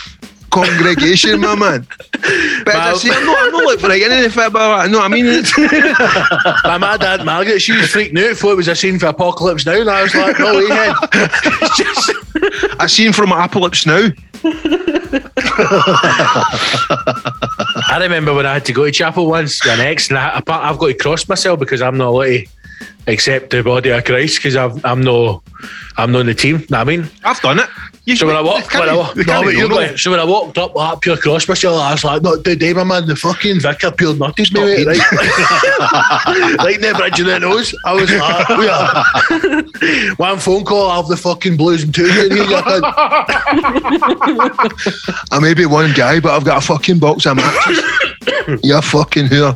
Speaker 1: congregation, my man. But
Speaker 6: Mal-
Speaker 1: I see, I'm not, I'm not like breaking anything about that. No, I mean, it's,
Speaker 6: My mad aunt Margaret, she was freaking out for it was a scene for Apocalypse Now, and I was like, no, he had. It's just,
Speaker 1: I seen from Apocalypse now.
Speaker 5: I remember when I had to go to chapel once, my ex, and I, I, pa- I've got to cross myself because I'm not allowed to accept the body of Christ because I'm no, I'm not in the team. Know what I mean?
Speaker 1: I've done it. You
Speaker 5: So when I walked, when I walked, no, but you're
Speaker 1: going.
Speaker 5: going-
Speaker 6: so when I walked up like pure cross myself, I was like, not today, my man, the fucking vicar peeled nutties me, mate, right? right in the bridge of the nose. I was like, we are. One phone call, I'll have the fucking blues and two. I've
Speaker 1: I may be one guy, but I've got a fucking box of matches. you're fucking here.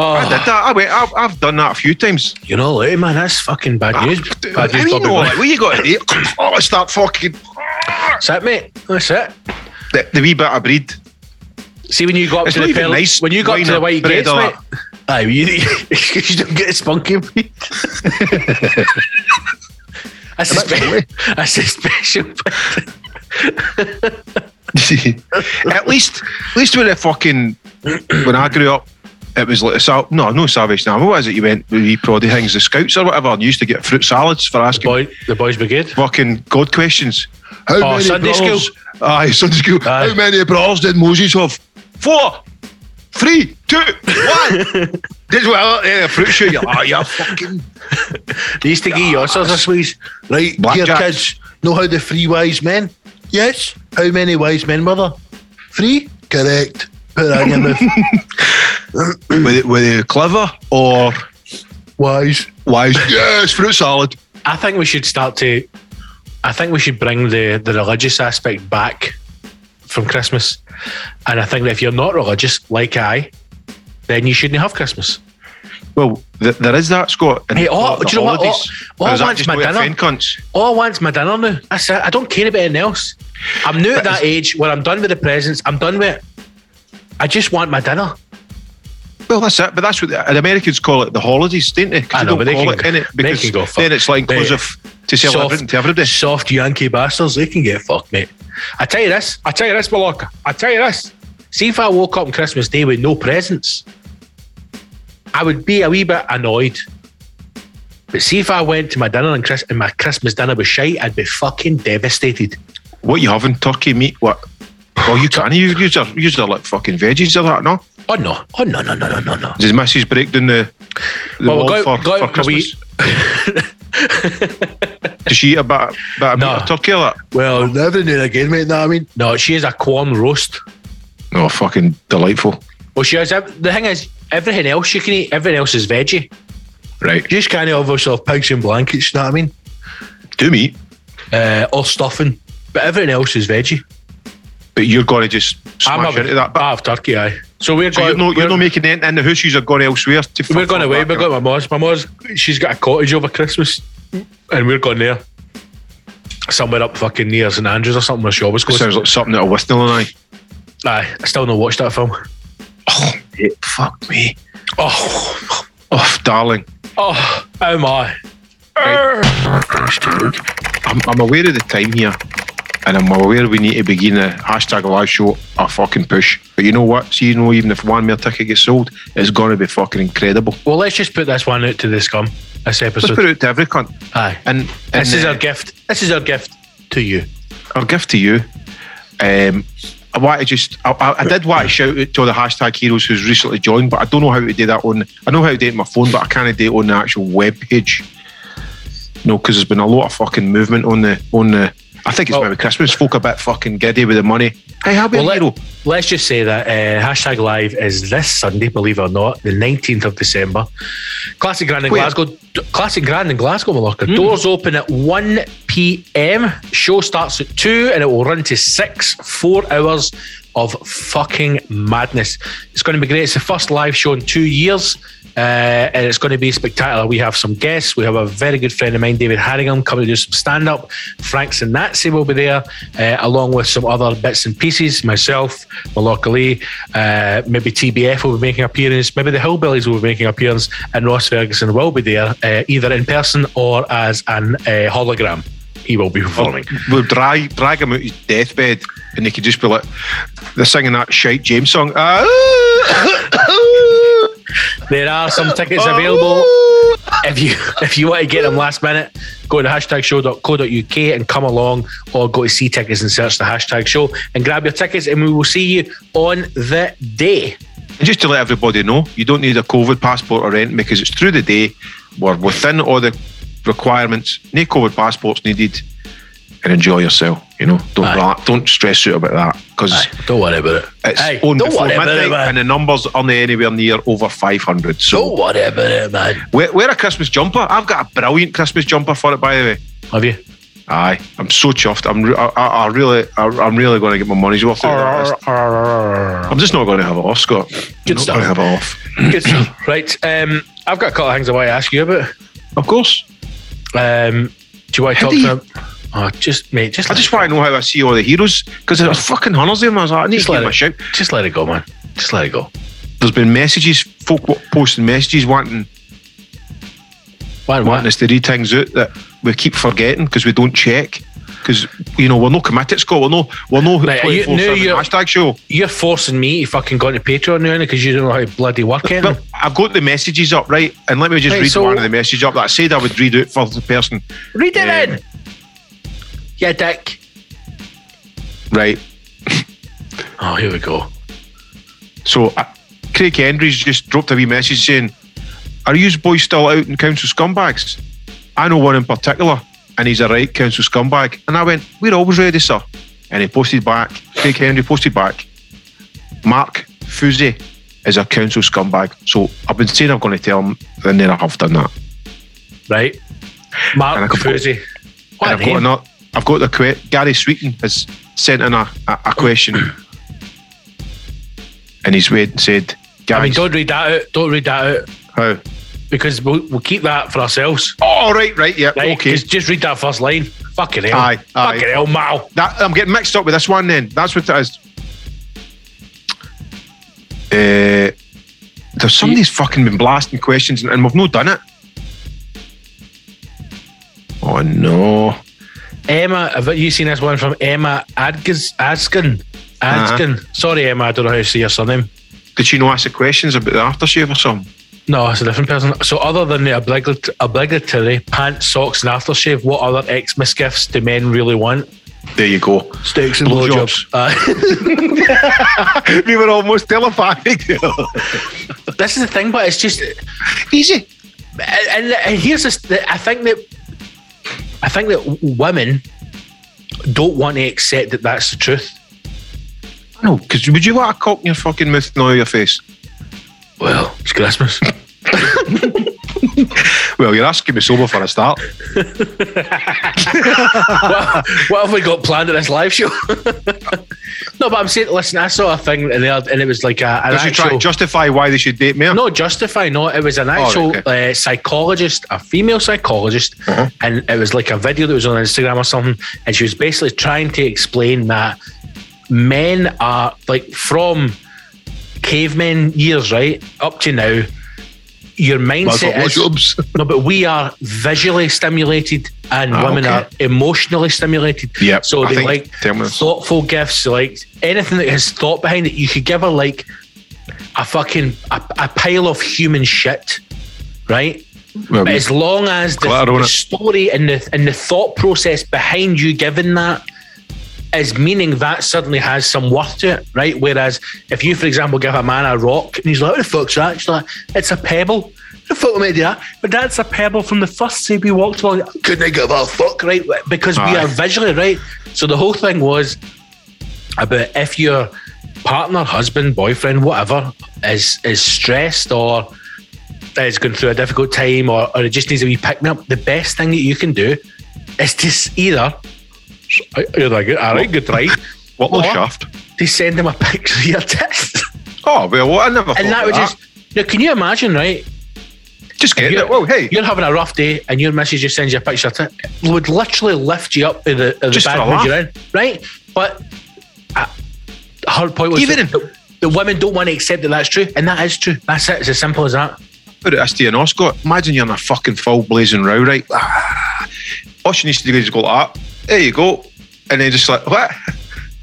Speaker 1: I
Speaker 5: Oh,
Speaker 1: did that. I went, I've, I've done that a few times.
Speaker 5: you're not allowed, to, man. That's fucking bad news. Bad
Speaker 1: Ah, I
Speaker 5: news,
Speaker 1: mean,
Speaker 5: Bobby.
Speaker 1: no,
Speaker 5: Moore.
Speaker 1: like, what you got to do? Oh, I start fucking
Speaker 5: That's it, mate. That's it.
Speaker 1: the, the wee bit of breed.
Speaker 5: See when you got up
Speaker 1: It's
Speaker 5: to
Speaker 1: not
Speaker 5: the
Speaker 1: even
Speaker 5: pel-
Speaker 1: nice
Speaker 5: when you got up to the
Speaker 1: lineup,
Speaker 5: white
Speaker 1: bread
Speaker 5: gates,
Speaker 1: or
Speaker 5: mate. Aye, you, you don't get a spunky. mate. That's a, spe- that's a special.
Speaker 1: at least, at least with the fucking when I grew up, it was like sal- no, no Salvation Army. What was it? You went with wee proddy things, the scouts or whatever, and you used to get fruit salads for asking
Speaker 5: Boy, the boys' brigade.
Speaker 1: fucking God questions. How
Speaker 5: Oh, Sunday
Speaker 1: brawls-
Speaker 5: school.
Speaker 1: Aye, Sunday school.
Speaker 5: Aye.
Speaker 1: How many brawls did Moses have? Four, three, two, one. Did well, yeah, fruit shoot. You're, like, "Oh, you're fucking
Speaker 5: They used to give you all sorts of sweets.
Speaker 6: Right, dear
Speaker 1: Blackjack.
Speaker 6: kids, know how the three wise men? Yes. How many wise men were there? Three? Correct. Put that in your mouth.
Speaker 1: were they, were they clever or
Speaker 6: Wise.
Speaker 1: wise? Yes, fruit salad.
Speaker 5: I think we should start to. I think we should bring the the religious aspect back from Christmas, and I think that if you're not religious, like I, then you shouldn't have Christmas.
Speaker 1: Well, th- there is that, Scott. and
Speaker 5: Hey,
Speaker 1: it's
Speaker 5: oh,
Speaker 1: not
Speaker 5: do
Speaker 1: the
Speaker 5: you know what?
Speaker 1: holidays.
Speaker 5: Oh, oh,
Speaker 1: Or is that
Speaker 5: once
Speaker 1: just
Speaker 5: my
Speaker 1: to
Speaker 5: dinner-
Speaker 1: offend cunts?
Speaker 5: All I want's my dinner now. That's it. I don't care about anything else. I'm new at that age where I'm done with the presents. I'm done with it. I just want my dinner.
Speaker 1: Well, that's it. But that's what the, the Americans call it the holidays, don't they? 'Cause
Speaker 5: I
Speaker 1: they
Speaker 5: know,
Speaker 1: don't
Speaker 5: but they
Speaker 1: call
Speaker 5: can-
Speaker 1: it innit?
Speaker 5: they
Speaker 1: Because
Speaker 5: can go fuck.
Speaker 1: then it's like inclusive to sell
Speaker 5: Soft-
Speaker 1: everything to everybody.
Speaker 5: Soft Yankee bastards, they can get fucked, mate. I tell you this, I tell you this, Malaka. I tell you this. See if I woke up on Christmas Day with no presents, I would be a wee bit annoyed. But see if I went to my dinner and, Chris- and my Christmas dinner was shite, I'd be fucking devastated.
Speaker 1: What you having? Turkey meat? What? Oh, you can't. You use are you are like fucking veggies or that, no?
Speaker 5: Oh no! Oh no! No! No! No! No! No!
Speaker 1: Does Missy's break down the, the
Speaker 5: Well,
Speaker 1: wall
Speaker 5: go-
Speaker 1: for,
Speaker 5: go-
Speaker 1: for
Speaker 5: no, we-
Speaker 1: Christmas? Does she eat a bit, bit of
Speaker 5: No.
Speaker 1: meat or turkey or that?
Speaker 6: Well, never knew again, mate. Know what I mean?
Speaker 5: No! She is a corn roast.
Speaker 1: Oh, fucking delightful.
Speaker 5: Well, she has. ev- The thing is, everything else you can eat, everything else is veggie.
Speaker 1: Right.
Speaker 6: Just kind of obviously have pigs in blankets, you know what I mean?
Speaker 1: Do meat.
Speaker 5: uh, or stuffing, but everything else is veggie.
Speaker 1: but you're going to just
Speaker 5: I'm
Speaker 1: smash
Speaker 5: having,
Speaker 1: into that. But
Speaker 7: I have turkey, aye.
Speaker 5: so we're
Speaker 1: so
Speaker 5: going.
Speaker 1: you're no, you're
Speaker 5: we're,
Speaker 1: no making it, and the hoosies are going elsewhere. To
Speaker 5: we're
Speaker 1: fulfill
Speaker 5: going away.
Speaker 1: that
Speaker 5: We're going to my mom's. My mom's. She's got a cottage over Christmas, and we're going there. Somewhere up fucking near St Andrews or something where she always goes.
Speaker 1: Sounds like something that a Whistle and I.
Speaker 5: Aye, I still not watched that film.
Speaker 1: Fuck me.
Speaker 5: Oh,
Speaker 1: Oh, darling.
Speaker 5: oh, oh my!
Speaker 1: I'm, I'm aware of the time here, and I'm aware we need to begin a hashtag live show a fucking push. But you know what? See, you know, even if one more ticket gets sold, it's going to be fucking incredible.
Speaker 5: Well, let's just put this one out to the scum. This
Speaker 1: Let's
Speaker 5: episode.
Speaker 1: put it out to every cunt.
Speaker 5: Aye.
Speaker 1: And, and
Speaker 5: this is
Speaker 1: uh,
Speaker 5: our gift. This is our gift to you.
Speaker 1: our gift to you. Um, I want to just, I, I, I did want to shout out to all the hashtag heroes who's recently joined, but I don't know how to do that on, I know how to do it on my phone, but I can't do it on the actual web page. You know, because there's been a lot of fucking movement on the, on the, I think it's
Speaker 5: Well-
Speaker 1: maybe Christmas. Folk are a bit fucking giddy with the money. Hey, how about
Speaker 5: Well,
Speaker 1: hero?
Speaker 5: let, let's just say that uh, hashtag live is this Sunday, believe it or not, the 19th of December. Classic Grand in
Speaker 1: Where? Hmm.
Speaker 5: Glasgow. D- Classic Grand in Glasgow, Malacca. Doors open at 1 p.m. Show starts at 2 and it will run to 6, four hours of fucking madness. It's going to be great. It's the first live show in two years. Uh, and it's going to be spectacular. We have some guests. We have a very good friend of mine, David Harringham, coming to do some stand up. Frank Sinatse will be there, uh, along with some other bits and pieces. Myself, Malaka Lee, uh, maybe TBF will be making an appearance. Maybe the Hillbillies will be making an appearance. And Ross Ferguson will be there, uh, either in person or as an uh, hologram. He will be performing.
Speaker 1: We'll drag, drag him out his deathbed and they could just be like, they're singing that shite James song. Ah,
Speaker 5: There are some tickets available. if you if you want to get them last minute, go to hashtag show.co.uk and come along or go to see tickets and search the hashtag show and grab your tickets and we will see you on the day.
Speaker 1: And just to let everybody know, you don't need a COVID passport or anything because it's through the day. We're within all the requirements. No COVID passports needed. And enjoy yourself. You know, don't
Speaker 5: Aye.
Speaker 1: relax- don't stress out about that because
Speaker 5: Don't worry about it.
Speaker 1: it's
Speaker 5: Aye,
Speaker 1: on
Speaker 5: don't
Speaker 1: before
Speaker 5: worry about it,
Speaker 1: midnight
Speaker 5: man.
Speaker 1: and the numbers aren't anywhere near over five hundred. So
Speaker 5: Don't worry about it, man.
Speaker 1: wear, wear a Christmas jumper. I've got a brilliant Christmas jumper for it, by the way.
Speaker 5: Have you?
Speaker 1: Aye, I'm so chuffed. I'm re- I, I, I really, I, I'm really going to get my money's worth out of this. I'm just not going to have it off, Scott. I'm not
Speaker 5: stuff.
Speaker 1: going to have it off.
Speaker 5: Good stuff. Right. Um, I've got a couple of things I want to ask you about.
Speaker 1: Of course.
Speaker 5: Um, do you want to
Speaker 1: How
Speaker 5: talk
Speaker 1: do
Speaker 5: to Oh, just mate, just
Speaker 1: I just want to know how I see all the heroes because there's fucking hunters there. And I was like, I need
Speaker 5: Just
Speaker 1: to give
Speaker 5: let
Speaker 1: them a
Speaker 5: it-
Speaker 1: shout.
Speaker 5: just let it go, man. Just let it go.
Speaker 1: There's been messages, folk wa- posting messages wanting
Speaker 5: Why
Speaker 1: wanting us to read things out that we keep forgetting because we don't check. Because you know we're not committed, Scott. We're no, we're no
Speaker 5: Right, are you-
Speaker 1: 24/7
Speaker 5: now you're-
Speaker 1: hashtag show.
Speaker 5: You're forcing me to fucking go to Patreon now because you don't know how to bloody work it.
Speaker 1: But I've got the messages up, right? And let me just
Speaker 5: Right,
Speaker 1: read
Speaker 5: so-
Speaker 1: one of the messages up that I said I would read out for the person,
Speaker 5: Read it
Speaker 1: Yeah.
Speaker 5: in. Yeah, Dick.
Speaker 1: right?
Speaker 5: Oh, here we go.
Speaker 1: So uh, Craig Hendry's just dropped a wee message saying, "Are you boys still out in council scumbags? I know one in particular, and he's a right council scumbag." And I went, "We're always ready, sir." And he posted back. Craig Henry posted back. Mark Fuzzy is a council scumbag. So I've been saying I'm going to tell him, and then I have done that.
Speaker 5: Right.
Speaker 1: And I've
Speaker 5: Mark
Speaker 1: got-
Speaker 5: Fuzzy.
Speaker 1: and
Speaker 5: What a
Speaker 1: I've got
Speaker 5: name.
Speaker 1: another. I've got the que- Gary Sweeten has sent in a, a, a question, and he's waited and said,
Speaker 5: I mean,
Speaker 1: "Guys,
Speaker 5: don't read that out. Don't read that out
Speaker 1: how?"
Speaker 5: because we'll, we'll keep that for ourselves.
Speaker 1: Oh, right, right, yeah,
Speaker 5: Right?
Speaker 1: okay.
Speaker 5: Just, just read that first line. Fucking hell.
Speaker 1: Aye, aye.
Speaker 5: Fucking hell, Mal.
Speaker 1: That I'm getting mixed up with this one. Then that's what it is. Uh, there's somebody's fucking been blasting questions and, and we've not done it. Oh no!
Speaker 5: Emma, have you seen this one from Emma Adkins? Adskin?
Speaker 1: Uh-huh.
Speaker 5: Adskin. Sorry, Emma, I don't know how to say your surname.
Speaker 1: Did she not ask the questions about the aftershave or something?
Speaker 5: No, it's a different person. So, other than the obligat- obligatory pants, socks, and aftershave, what other Xmas gifts do men really want?
Speaker 1: There you go.
Speaker 5: Steaks
Speaker 1: and blowjobs.
Speaker 5: Uh,
Speaker 1: we were almost telepathic.
Speaker 5: Uh, this is the thing, but it's just, and,
Speaker 1: Easy.
Speaker 5: and, and here's this. I think that, I think that women don't want to accept that that's the truth.
Speaker 1: I know. Because would you want a cock in your fucking mouth now your face?
Speaker 5: Well, it's Christmas.
Speaker 1: Well, you're asking me sober for a start.
Speaker 5: what, what have we got planned at this live show? No, but I'm saying, listen, I saw a thing and, they had, and it was like a, an
Speaker 1: Does she try
Speaker 5: actual.
Speaker 1: and justify why they should date me?
Speaker 5: no, justify not. It was an actual uh, psychologist, a female psychologist, and it was like a video that was on Instagram or something. And she was basically trying to explain that men are like from cavemen years, right, up to now. Your mindset is
Speaker 6: Mushrooms.
Speaker 5: no, but we are visually stimulated and
Speaker 1: Ah,
Speaker 5: women
Speaker 1: okay.
Speaker 5: are emotionally stimulated.
Speaker 1: Yep,
Speaker 5: So
Speaker 1: I
Speaker 5: they
Speaker 1: think-
Speaker 5: like
Speaker 1: tell me this.
Speaker 5: thoughtful gifts, they like anything that has thought behind it. You could give her like a fucking a, a pile of human shit, right?
Speaker 1: Well,
Speaker 5: But as long as the,
Speaker 1: Glad on
Speaker 5: the
Speaker 1: it.
Speaker 5: story and the and the thought process behind you giving that is meaning that suddenly has some worth to it, right? Whereas if you, for example, give a man a rock and he's like, "What the fuck's that?" She's like, "It's a pebble." The fuck am I to do that? But that's a pebble from the first day we walked along. Couldn't I give a fuck, right? Because we
Speaker 1: Aye.
Speaker 5: are visually right. So the whole thing was about if your partner, husband, boyfriend, whatever, is is stressed or is going through a difficult time or, or it just needs a wee pick me up, the best thing that you can do is to s- either you're like, all right, good try,
Speaker 1: what little
Speaker 5: What?
Speaker 1: shaft?
Speaker 5: to send him a picture of your tits.
Speaker 1: Oh, well, what? I never thought
Speaker 5: And that
Speaker 1: of
Speaker 5: would just, now, can you imagine, right?
Speaker 1: Just get
Speaker 5: you're-
Speaker 1: it. Well, hey,
Speaker 5: You're having a rough day and your missus just sends you a picture of tit, it would literally lift you up to the, to the
Speaker 1: Just for
Speaker 5: bad
Speaker 1: a
Speaker 5: mood
Speaker 1: laugh.
Speaker 5: you're in, right? But uh, her point was
Speaker 1: Even
Speaker 5: that
Speaker 1: if-
Speaker 5: the, the women don't want to accept that that's true, and that is true. That's it. It's as simple as that.
Speaker 1: put it this to you, and Oscar. Imagine you're in a fucking full blazing row, right? Ah. All she needs to do is go like that. There you go. And then just like, what?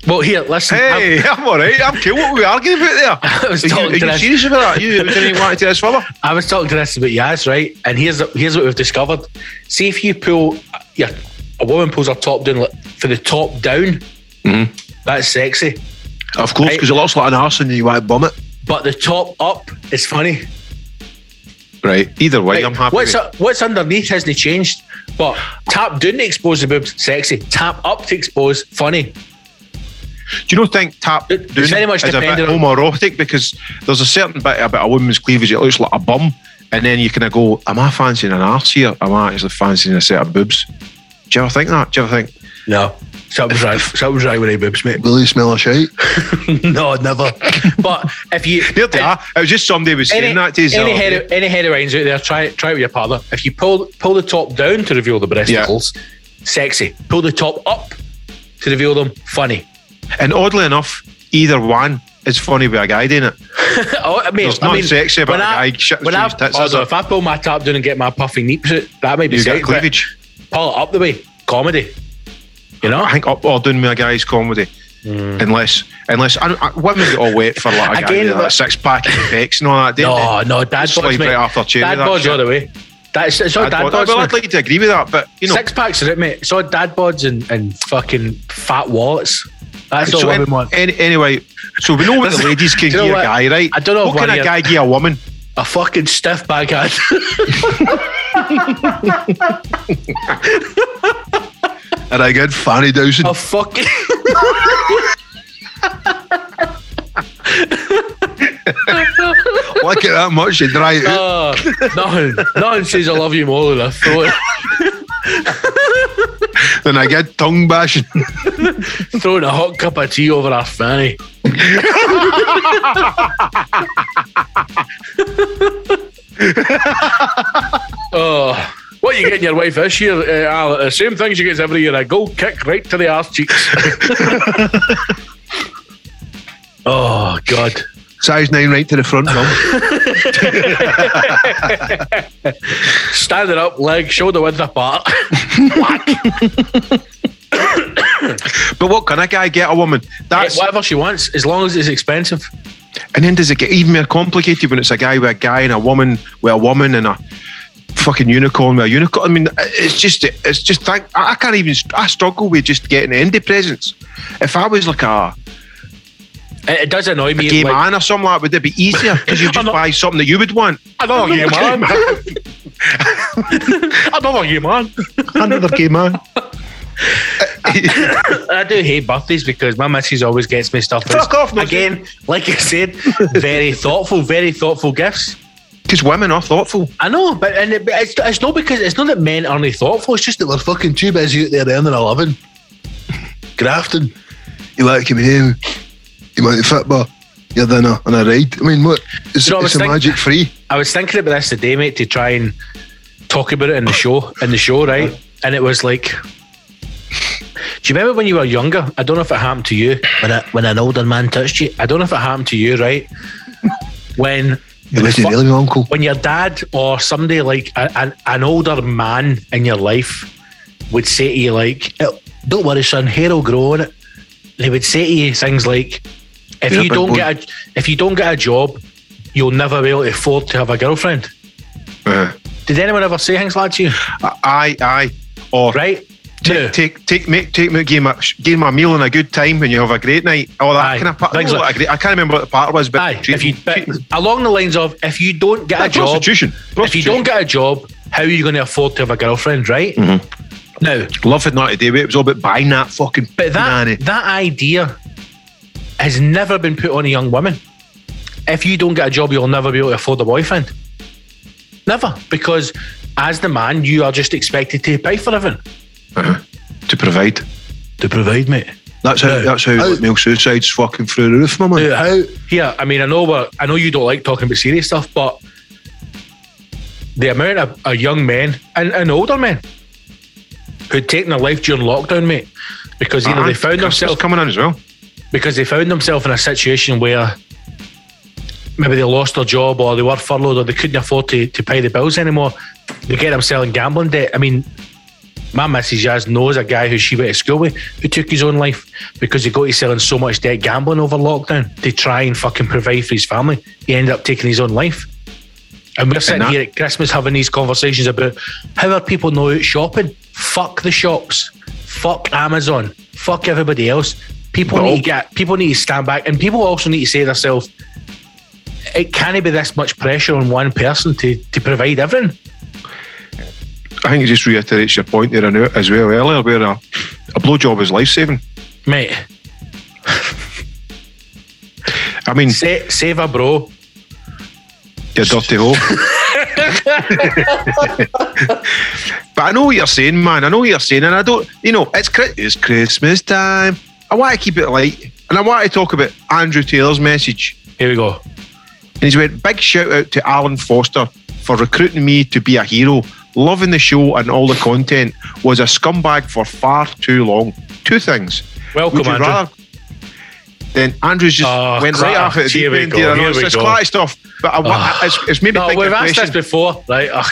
Speaker 5: Well, here, listen. I'm-
Speaker 1: Hey, I'm, all right. I'm cool. What are we arguing about there?
Speaker 5: I was
Speaker 1: are you,
Speaker 5: talking
Speaker 1: are
Speaker 5: to
Speaker 1: you
Speaker 5: this-
Speaker 1: serious about that? You didn't want to do this further?
Speaker 5: I was talking to this about Yaz, right? And here's here's what we've discovered. See if you pull, yeah, a woman pulls her top down like, for the top down.
Speaker 1: Mm-hmm.
Speaker 5: That's sexy,
Speaker 8: Of course,
Speaker 5: Right.
Speaker 8: because it looks like an arse and you want to bomb it.
Speaker 5: but the top up is funny.
Speaker 1: Right. Either way,
Speaker 5: Like,
Speaker 1: I'm happy.
Speaker 5: What's
Speaker 1: with-
Speaker 5: u- what's underneath hasn't changed, but tap down to expose the boobs, sexy. Tap up to expose, funny.
Speaker 1: Do you not think tap
Speaker 5: It- it's
Speaker 1: doing
Speaker 5: very much
Speaker 1: is a bit
Speaker 5: dependent on-
Speaker 1: homoerotic because there's a certain bit about a woman's cleavage that looks like a bum, and then you kind of go, "Am I fancying an arse here? Am I actually fancying a set of boobs?" Do you ever think that? Do you ever think?
Speaker 5: No, something's right. something's right with the boobs, mate.
Speaker 6: Will you smell a shite?
Speaker 5: no, never. but if you
Speaker 1: There they are. It was just somebody was saying
Speaker 5: any,
Speaker 1: that to us the
Speaker 5: any,
Speaker 1: other
Speaker 5: head,
Speaker 1: day.
Speaker 5: any headlines out there, try it, try it with your partner. If you pull pull the top down to reveal the breasticles, sexy. Pull the top up to reveal them, funny.
Speaker 1: And oddly enough, either one is funny with a guy doing it.
Speaker 5: oh, I mean,
Speaker 1: There's
Speaker 5: I
Speaker 1: nothing
Speaker 5: mean,
Speaker 1: sexy about
Speaker 5: when
Speaker 1: a
Speaker 5: I-
Speaker 1: guy shitting
Speaker 5: when
Speaker 1: through
Speaker 5: I-
Speaker 1: his tits,
Speaker 5: although
Speaker 1: is there?
Speaker 5: if I pull my top down and get my puffy neeps out, that might be
Speaker 1: You
Speaker 5: sexy.
Speaker 1: get
Speaker 5: but
Speaker 1: cleavage.
Speaker 5: Pull it up the way, comedy. You know,
Speaker 1: I think up or doing with a guy's comedy. Unless, unless I, I, women get all wet for like a guy
Speaker 5: Again,
Speaker 1: with like
Speaker 5: but-
Speaker 1: six pack and pecs and all that. don't
Speaker 5: no,
Speaker 1: they?
Speaker 5: no, dad
Speaker 1: Slide
Speaker 5: bods,
Speaker 1: right
Speaker 5: mate.
Speaker 1: after cherry,
Speaker 5: dad
Speaker 1: that
Speaker 5: bods
Speaker 1: shit.
Speaker 5: all the way. That's it's all
Speaker 1: I'd,
Speaker 5: dad
Speaker 1: want-
Speaker 5: bods.
Speaker 1: well,
Speaker 5: man.
Speaker 1: I'd like to agree with that, but you know,
Speaker 5: Six packs is it, mate? It's all dad bods and, and fucking fat wallets. That's all
Speaker 1: So
Speaker 5: women
Speaker 1: an-
Speaker 5: want.
Speaker 1: any- anyway, so we know what the
Speaker 5: Listen,
Speaker 1: ladies can
Speaker 5: do you know
Speaker 1: give a
Speaker 5: what?
Speaker 1: guy, right?
Speaker 5: I don't know
Speaker 1: What
Speaker 5: if
Speaker 1: can
Speaker 5: one
Speaker 1: a
Speaker 5: of
Speaker 1: guy give a woman?
Speaker 5: a fucking stiff backhand.
Speaker 6: And I get Fanny Dowson.
Speaker 5: a fucking.
Speaker 6: like it that much, you dry it out.
Speaker 5: Uh, nothing. Nothing says I love you more than a throw, Oh.
Speaker 6: Then I get tongue bashing.
Speaker 5: throwing a hot cup of tea over our fanny. oh. What are you getting your wife this year, uh, Al? The same thing she gets every year a gold kick right to the arse cheeks. oh, God.
Speaker 6: Size nine right to the front. Mum.
Speaker 5: Standing up, leg, shoulder width apart.
Speaker 1: But what can a guy get a woman? That's
Speaker 5: Whatever she wants, as long as it's expensive.
Speaker 1: and then does it get even more complicated when it's a guy with a guy and a woman with a woman and a fucking unicorn with a unicorn? I mean, it's just it's just thank, I I can't even I struggle with just getting indie presents. If I was like a,
Speaker 5: It, it does annoy me.
Speaker 1: gay
Speaker 5: like,
Speaker 1: man or something like, that, would it be easier? Because you
Speaker 5: I'm
Speaker 1: just
Speaker 5: not-
Speaker 1: buy something that you would want.
Speaker 5: Another gay man. Another gay man.
Speaker 1: Another gay man.
Speaker 5: I do hate birthdays because my missus always gets me stuff.
Speaker 1: Fuck off, missus.
Speaker 5: Again, like I said, very thoughtful, very thoughtful gifts.
Speaker 1: Because women are thoughtful.
Speaker 5: I know, but and it, but it's, it's not because it's not that men aren't thoughtful. It's just that
Speaker 6: We're fucking too busy out there earning a living. Grafting. You like coming home?
Speaker 8: you might fit, but you're then on a ride. I mean, look, it's,
Speaker 5: You know, I was
Speaker 8: it's a
Speaker 5: think-
Speaker 8: magic free.
Speaker 5: I was thinking about this today, mate, to try and talk about it in the show, in the show, right? And it was like, do you remember when you were younger? I don't know if it happened to you when I, when an older man touched you. I don't know if it happened to you, right? When
Speaker 8: It wasn't really my uncle.
Speaker 5: when your dad or somebody like a, an, an older man in your life would say to you like "Oh, don't worry son hair will grow on it they would say to you things like if
Speaker 8: Yeah,
Speaker 5: you
Speaker 8: big
Speaker 5: don't
Speaker 8: boy.
Speaker 5: get a, if you don't get a job you'll never be able to afford to have a girlfriend
Speaker 1: Uh,
Speaker 5: did anyone ever say things like that to you
Speaker 1: aye, aye. Or
Speaker 5: right
Speaker 1: take, take, take, make, take, me, give my, give my meal and a good time when you have a great night. All that
Speaker 5: Aye.
Speaker 1: kind of part.
Speaker 5: Things
Speaker 1: no, I
Speaker 5: like-
Speaker 1: agree. I can't remember what the part was, but
Speaker 5: Aye,
Speaker 1: treat-
Speaker 5: if you
Speaker 1: treat-
Speaker 5: but along the lines of if you don't get
Speaker 1: Aye,
Speaker 5: a job,
Speaker 1: prostitution.
Speaker 5: if you don't get a job, how are you going to afford to have a girlfriend, right? Now,
Speaker 1: love had not today, it was all about buying that fucking
Speaker 5: But that
Speaker 1: nanny.
Speaker 5: that idea has never been put on a young woman. If you don't get a job, you'll never be able to afford a boyfriend. Never, because as the man, you are just expected to pay for everything.
Speaker 1: to provide.
Speaker 5: To provide, mate.
Speaker 8: That's how. That's how like, male suicide's fucking through the roof, my man.
Speaker 5: How? Yeah, I mean, I know we're, I know you don't like talking about serious stuff, but the amount of, of young men and, and older men who'd taken their life during lockdown, mate, because either
Speaker 1: Aye,
Speaker 5: they found
Speaker 1: Christmas
Speaker 5: themselves
Speaker 1: coming in as well.
Speaker 5: because they found themselves in a situation where maybe they lost their job or they were furloughed or they couldn't afford to, to pay the bills anymore. They get themselves in gambling debt. I mean, my missus Yaz knows a guy who she went to school with who took his own life because he got himself in so much debt gambling over lockdown to try and fucking provide for his family. He ended up taking his own life. And we're sitting
Speaker 1: that-
Speaker 5: here at Christmas having these conversations about how are people now out shopping? Fuck the shops. Fuck Amazon. Fuck everybody else. People
Speaker 1: But
Speaker 5: need
Speaker 1: all-
Speaker 5: to get people need to stand back and people also need to say to themselves, it can't be this much pressure on one person to, to provide everything.
Speaker 1: I think it just reiterates your point there and out as well earlier, where a, a blowjob is life saving.
Speaker 5: Mate,
Speaker 1: I mean,
Speaker 5: sa- save a bro.
Speaker 1: your dirty hole. but I know what you're saying, man. I know what you're saying, and I don't. You know, it's Chri- it's Christmas time. I want to keep it light, and I want to talk about Andrew Taylor's message.
Speaker 5: Here we go.
Speaker 1: And he's went big shout out to Alan Foster for recruiting me to be a hero. Loving the show and all the content was a scumbag for far too long. Two things.
Speaker 5: Welcome,
Speaker 1: Would you
Speaker 5: Andrew.
Speaker 1: rather- Then Andrew's just
Speaker 5: Oh,
Speaker 1: went right
Speaker 5: clatter.
Speaker 1: off at the
Speaker 5: Here
Speaker 1: deep
Speaker 5: we
Speaker 1: end
Speaker 5: go,
Speaker 1: here. I know
Speaker 5: here
Speaker 1: it's
Speaker 5: we
Speaker 1: it's
Speaker 5: go.
Speaker 1: clatty stuff, but I, wa-
Speaker 5: Ah.
Speaker 1: it's, it's made me
Speaker 5: No,
Speaker 1: think
Speaker 5: we've
Speaker 1: of a
Speaker 5: asked this
Speaker 1: question.
Speaker 5: before, right? Ugh.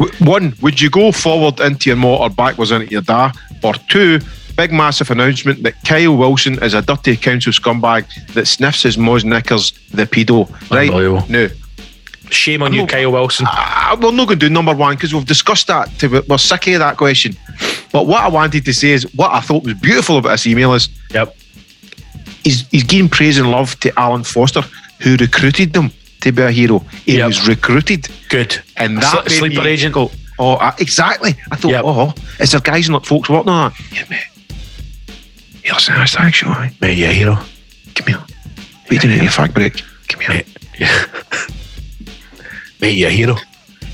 Speaker 1: W- One, would you go forward into your moat or backwards into your da? Or two, big massive announcement that Kyle Wilson is a dirty council scumbag that sniffs his Moz knickers, the pedo. Right?
Speaker 5: Unbelievable.
Speaker 1: No.
Speaker 5: Shame on you,
Speaker 1: not-
Speaker 5: Kyle Wilson.
Speaker 1: I, we're not going to do number one because we've discussed that. To, we're sick of that question. But what I wanted to say is what I thought was beautiful about this email is
Speaker 5: Yep.
Speaker 1: he's, he's giving praise and love to Alan Foster, who recruited them to be a hero. He
Speaker 5: Yep.
Speaker 1: was recruited.
Speaker 5: Good.
Speaker 1: And
Speaker 5: A
Speaker 1: that
Speaker 5: sl-
Speaker 1: made
Speaker 5: sleeper
Speaker 1: me
Speaker 5: agent.
Speaker 1: go, oh, I, exactly. I thought,
Speaker 5: Yep.
Speaker 1: oh, is there guys and not folks working on that? Yeah, mate. You're saying that's actually, aye.
Speaker 5: Mate, yeah, hero.
Speaker 1: come here. We didn't need a fag break. Come here.
Speaker 5: Mate, yeah, hero.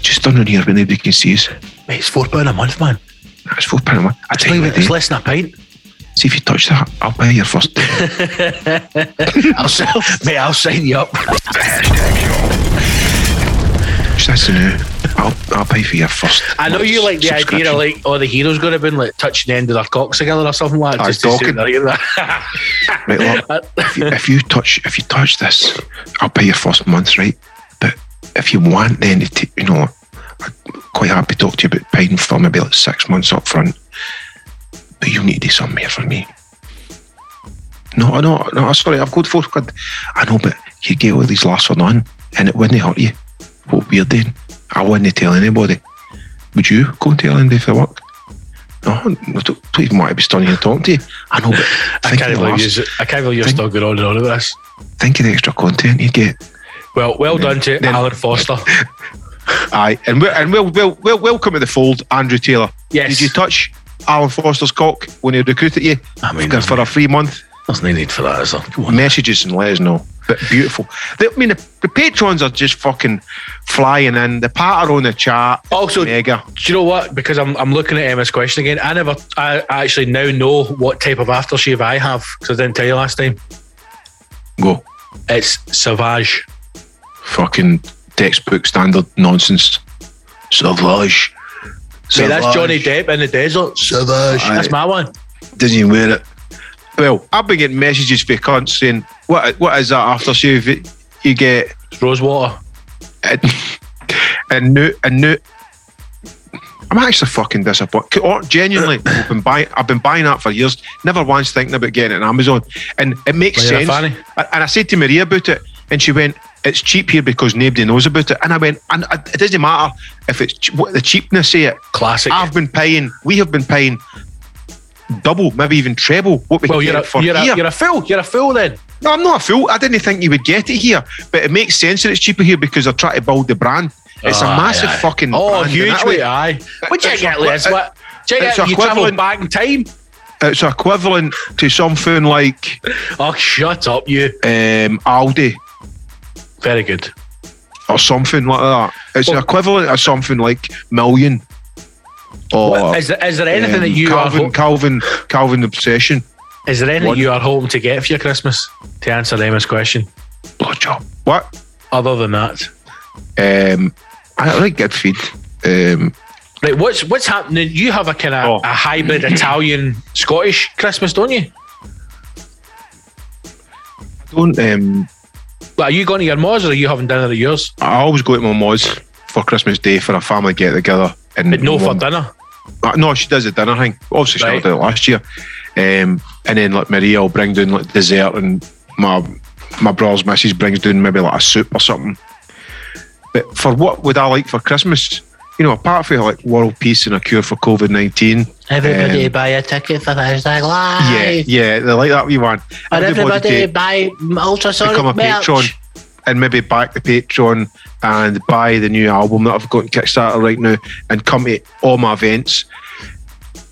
Speaker 1: Just turn around here when nobody can see us.
Speaker 5: Mate, it's four pound a month, man.
Speaker 1: That's four pound a month. I tell you what,
Speaker 5: It's
Speaker 1: dude,
Speaker 5: less than a pint.
Speaker 1: see if you touch that, I'll buy your first.
Speaker 5: I'll sell, mate, I'll sign you up.
Speaker 1: That's the new. I'll, I'll pay for your first.
Speaker 5: I know you like the idea of
Speaker 1: subscription.
Speaker 5: like, oh, the hero's going to be like touching the end of their cocks together or something like that.
Speaker 1: Aye,
Speaker 5: Just to
Speaker 1: talking.
Speaker 5: sit there, you know.
Speaker 1: Right, look, if, you, if you touch, if you touch this, I'll pay your first month, right? But if you want, then it, ta- you know, I'm quite happy to talk to you about paying for maybe like six months up front. But you need to do something here for me. No, I know, no, sorry, I've got four quid. I know, but you get all these last one on, and it wouldn't hurt you. What we're doing, I wouldn't tell anybody. Would you go and tell anybody for work? No, no, don't, don't even want to be standing here talking to you. I know, but
Speaker 5: I
Speaker 1: think of
Speaker 5: can't
Speaker 1: the
Speaker 5: believe
Speaker 1: last-
Speaker 5: you. I can't believe you're
Speaker 1: Think-
Speaker 5: still going on and on about this.
Speaker 1: think of the extra content you get.
Speaker 5: Well, well done to Alan Foster.
Speaker 1: Aye, and we and we'll, we'll, we'll, we'll come to the fold, Andrew Taylor.
Speaker 5: Yes.
Speaker 1: Did you touch Alan Foster's cock when he recruited you?
Speaker 5: I mean,
Speaker 1: Fucking for a free month.
Speaker 5: There's no need for that, is there? Come on.
Speaker 1: Messages and let us know. But beautiful. The, I mean, the, the patrons are just fucking flying in. The patter on the chat.
Speaker 5: Also-
Speaker 1: mega.
Speaker 5: Do you know what? Because I'm, I'm looking at Emma's question again. I never, I actually now know what type of aftershave I have because I didn't tell you last time.
Speaker 1: Go.
Speaker 5: It's Savage.
Speaker 1: Fucking textbook standard nonsense. Savage.
Speaker 5: Mate, that's
Speaker 6: Savage.
Speaker 5: Johnny Depp in the desert.
Speaker 6: Savage.
Speaker 5: That's my one.
Speaker 1: Doesn't even wear it. Well, I've been getting messages for cunts saying, "What? What is that after shave? that You get
Speaker 5: It's Rosewater.
Speaker 1: a, a new, a new." I'm actually fucking disappointed. Or genuinely, I've been buying. I've been buying that for years. Never once thinking about getting it on Amazon, and it makes
Speaker 5: Well, you're a
Speaker 1: sense.
Speaker 5: fanny.
Speaker 1: And and I said to Maria about it, and she went, "It's cheap here because nobody knows about it." And I went, "And I- it doesn't matter if it's ch- what the cheapness of it.
Speaker 5: Classic.
Speaker 1: I've been paying. We have been paying double, maybe even treble what we
Speaker 5: well,
Speaker 1: get
Speaker 5: you're a,
Speaker 1: it for
Speaker 5: you're,
Speaker 1: here.
Speaker 5: a, you're a fool. You're a fool then.
Speaker 1: no, I'm not a fool. I didn't think you would get it here, but it makes sense that it's cheaper here because they're trying to build the brand. It's
Speaker 5: Aye,
Speaker 1: a massive
Speaker 5: aye.
Speaker 1: fucking
Speaker 5: Ah, Oh,
Speaker 1: brand in
Speaker 5: huge
Speaker 1: Italy.
Speaker 5: way, aye. But check
Speaker 1: it's
Speaker 5: it,
Speaker 1: equi-
Speaker 5: Liz.
Speaker 1: it-
Speaker 5: What? Check
Speaker 1: it's
Speaker 5: it, you travel
Speaker 1: equivalent-
Speaker 5: back in time.
Speaker 1: It's equivalent to something like
Speaker 5: Oh, shut up, you.
Speaker 1: um, Aldi
Speaker 5: Very good.
Speaker 1: or something like that. It's
Speaker 5: Well-
Speaker 1: an equivalent of something like Million or
Speaker 5: is, there, is there anything
Speaker 1: um,
Speaker 5: that you
Speaker 1: Calvin,
Speaker 5: are ho-
Speaker 1: Calvin Calvin Obsession
Speaker 5: is there anything
Speaker 1: What?
Speaker 5: you are hoping to get for your Christmas to answer Emma's question?
Speaker 1: blowjob. What?
Speaker 5: Other than that,
Speaker 1: Um, I like good feed. Um,
Speaker 5: right? What's what's happening? You have a kind of
Speaker 1: Oh.
Speaker 5: a hybrid Italian Scottish Christmas, don't you?
Speaker 1: don't um,
Speaker 5: Like, are you going to your Moz or are you having dinner at yours?
Speaker 1: I always go to my mum's for Christmas Day for a family get together. And
Speaker 5: But no
Speaker 1: my
Speaker 5: for
Speaker 1: mum-
Speaker 5: dinner.
Speaker 1: Uh, no, she does the dinner thing. Obviously, she
Speaker 5: Right.
Speaker 1: never did it last year. Um, and then like Maria will bring down like dessert, and my my brother's missus brings down maybe like a soup or something. But for what would I like for Christmas? You know, apart from like world peace and a cure for COVID nineteen.
Speaker 9: Everybody
Speaker 1: Um,
Speaker 9: buy a ticket for hashtag
Speaker 1: Yeah,
Speaker 9: live.
Speaker 1: yeah, they like that wee one.
Speaker 9: And
Speaker 1: Everybody
Speaker 9: everybody
Speaker 1: get-
Speaker 9: buy ultrasonic
Speaker 1: become a
Speaker 9: merch.
Speaker 1: patron and maybe back the patron and buy the new album that I've got on Kickstarter right now and come to all my events.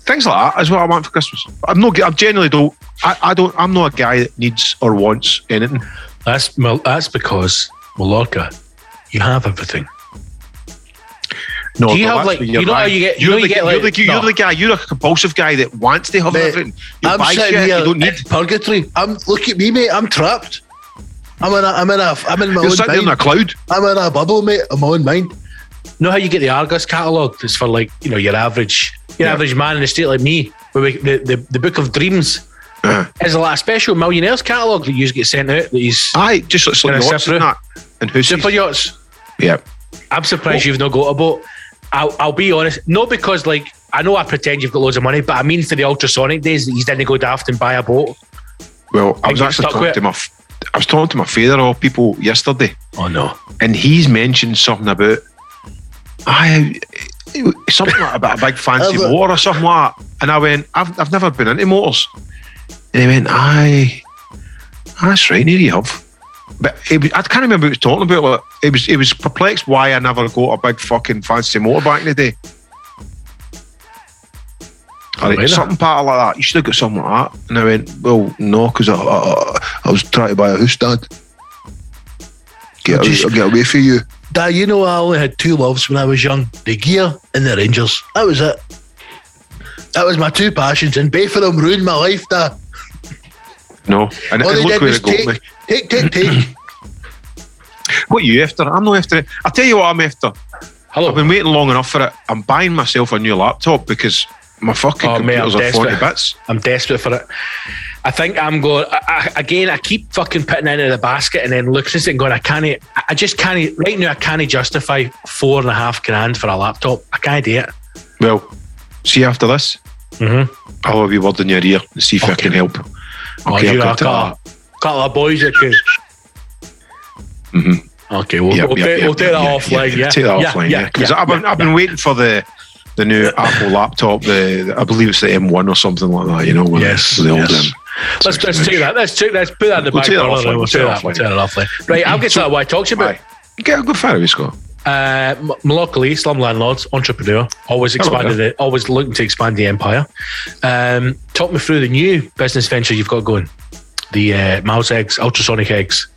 Speaker 1: Things like that is what I want for Christmas. I'm not. I generally don't. I, I don't. I'm not a guy that needs or wants anything.
Speaker 5: That's Mal- that's because Mallorca, you have everything.
Speaker 1: No.
Speaker 5: Do you
Speaker 1: no,
Speaker 5: have,
Speaker 1: that's
Speaker 5: like-
Speaker 1: where you're
Speaker 5: you know how
Speaker 1: lying.
Speaker 5: you get- you
Speaker 1: You're
Speaker 5: know you
Speaker 1: the,
Speaker 5: get,
Speaker 1: you're,
Speaker 5: like-
Speaker 1: the, you're
Speaker 5: no.
Speaker 1: the guy. You're a compulsive guy that wants to have
Speaker 6: Mate,
Speaker 1: everything. You
Speaker 6: I'm
Speaker 1: buy
Speaker 6: sitting
Speaker 1: shit
Speaker 6: here
Speaker 1: you don't need.
Speaker 6: in purgatory. I'm look at me, mate. I'm trapped. I'm in a, I'm in a, I'm in my
Speaker 1: You're
Speaker 6: own
Speaker 1: sitting there in a
Speaker 6: mind.
Speaker 1: cloud.
Speaker 6: I'm in a bubble, mate. I'm on mind.
Speaker 5: know how you get the Argos catalogue? It's for like you know your average your
Speaker 1: Yeah.
Speaker 5: average man in the street like me. Where we, the, the the book of dreams
Speaker 1: Uh-huh.
Speaker 5: is a lot of special millionaires catalogue that you get sent out. That he's
Speaker 1: Aye, just like
Speaker 5: You're a
Speaker 1: some yachts and
Speaker 5: separate-
Speaker 1: that. And who's
Speaker 5: super yachts.
Speaker 1: Yeah.
Speaker 5: I'm
Speaker 1: Oh.
Speaker 5: surprised you've not got a boat. I'll, I'll be honest, not because like I know I pretend you've got loads of money, but I mean for the ultrasonic days that you didn't go daft and buy a boat.
Speaker 1: Well, I
Speaker 5: And
Speaker 1: was
Speaker 5: you
Speaker 1: actually
Speaker 5: stuck
Speaker 1: talking
Speaker 5: with
Speaker 1: to
Speaker 5: it.
Speaker 1: my. f- I was talking to my father all people yesterday.
Speaker 5: Oh no!
Speaker 1: and he's mentioned something about I something like about a big fancy
Speaker 6: Have a-
Speaker 1: motor or something like that. And I went, I've, I've never been into motors. And he went, aye, that's right, near you have. But he was, I can't remember what he was talking about. Like, he was he was perplexed why I never got a big fucking fancy motor back in the day. Or
Speaker 5: Really?
Speaker 1: something part of like that. You should have got something like that. And I went, well, no, because I, I, I was trying to buy a house, Dad. Get,
Speaker 6: Just-
Speaker 1: get away from you.
Speaker 6: Dad, you know I only had two loves when I was young: the gear and the Rangers. That was it. That was my two passions, and both of them ruined my life. Dad,
Speaker 1: No, and,
Speaker 6: all
Speaker 1: and
Speaker 6: they
Speaker 1: look
Speaker 6: did
Speaker 1: where
Speaker 6: was
Speaker 1: it got me.
Speaker 6: take, take, take, take.
Speaker 1: What are you after? I'm not after it. I tell you what I'm after.
Speaker 5: Hello.
Speaker 1: I've been waiting long enough for it. I'm buying myself a new laptop because my fucking
Speaker 5: Oh, mate, I'm
Speaker 1: computers are forty
Speaker 5: desperate.
Speaker 1: bits.
Speaker 5: I'm desperate for it. I think I'm going I, I, again. I keep fucking putting it into the basket and then looking at it and going, I can't. I- I just can't. Right now, I can't justify four and a half grand for a laptop. I can't do it.
Speaker 1: Well, see you after this.
Speaker 5: Mhm.
Speaker 1: I'll have you word in your ear and see if I can help.
Speaker 5: Oh,
Speaker 1: I've
Speaker 5: you
Speaker 1: got
Speaker 5: got a
Speaker 1: to-
Speaker 5: couple of boys that could.
Speaker 1: Mhm.
Speaker 5: Okay, we'll,
Speaker 1: Yep,
Speaker 5: we'll,
Speaker 1: yep,
Speaker 5: take,
Speaker 1: yep,
Speaker 5: we'll
Speaker 1: yep,
Speaker 5: take that
Speaker 1: yep,
Speaker 5: offline.
Speaker 1: yep,
Speaker 5: yeah,
Speaker 1: take that
Speaker 5: yeah,
Speaker 1: offline. Yeah, because I've been I've been waiting for the the new Apple laptop. The I believe it's the M1 or something like that. You know, with
Speaker 5: Yes,
Speaker 1: the old
Speaker 5: yes.
Speaker 1: um,
Speaker 5: Let's, let's take that. Let's take let's put that in the
Speaker 1: We'll
Speaker 5: back
Speaker 1: take that
Speaker 5: burner.
Speaker 1: offline,
Speaker 5: and We'll
Speaker 1: we'll
Speaker 5: take
Speaker 1: take
Speaker 5: that.
Speaker 1: that
Speaker 5: We'll
Speaker 1: offline.
Speaker 5: take that offline. Right, I'll get to that. What I talked to you about.
Speaker 1: Aye. Get a good fire, we Scott.
Speaker 5: Uh, M- Malak Lee, slumland lords, entrepreneur, always
Speaker 1: Hello
Speaker 5: expanded it, always looking to expand the empire. Um, talk me through the new business venture you've got going. The uh, mouse eggs, ultrasonic eggs.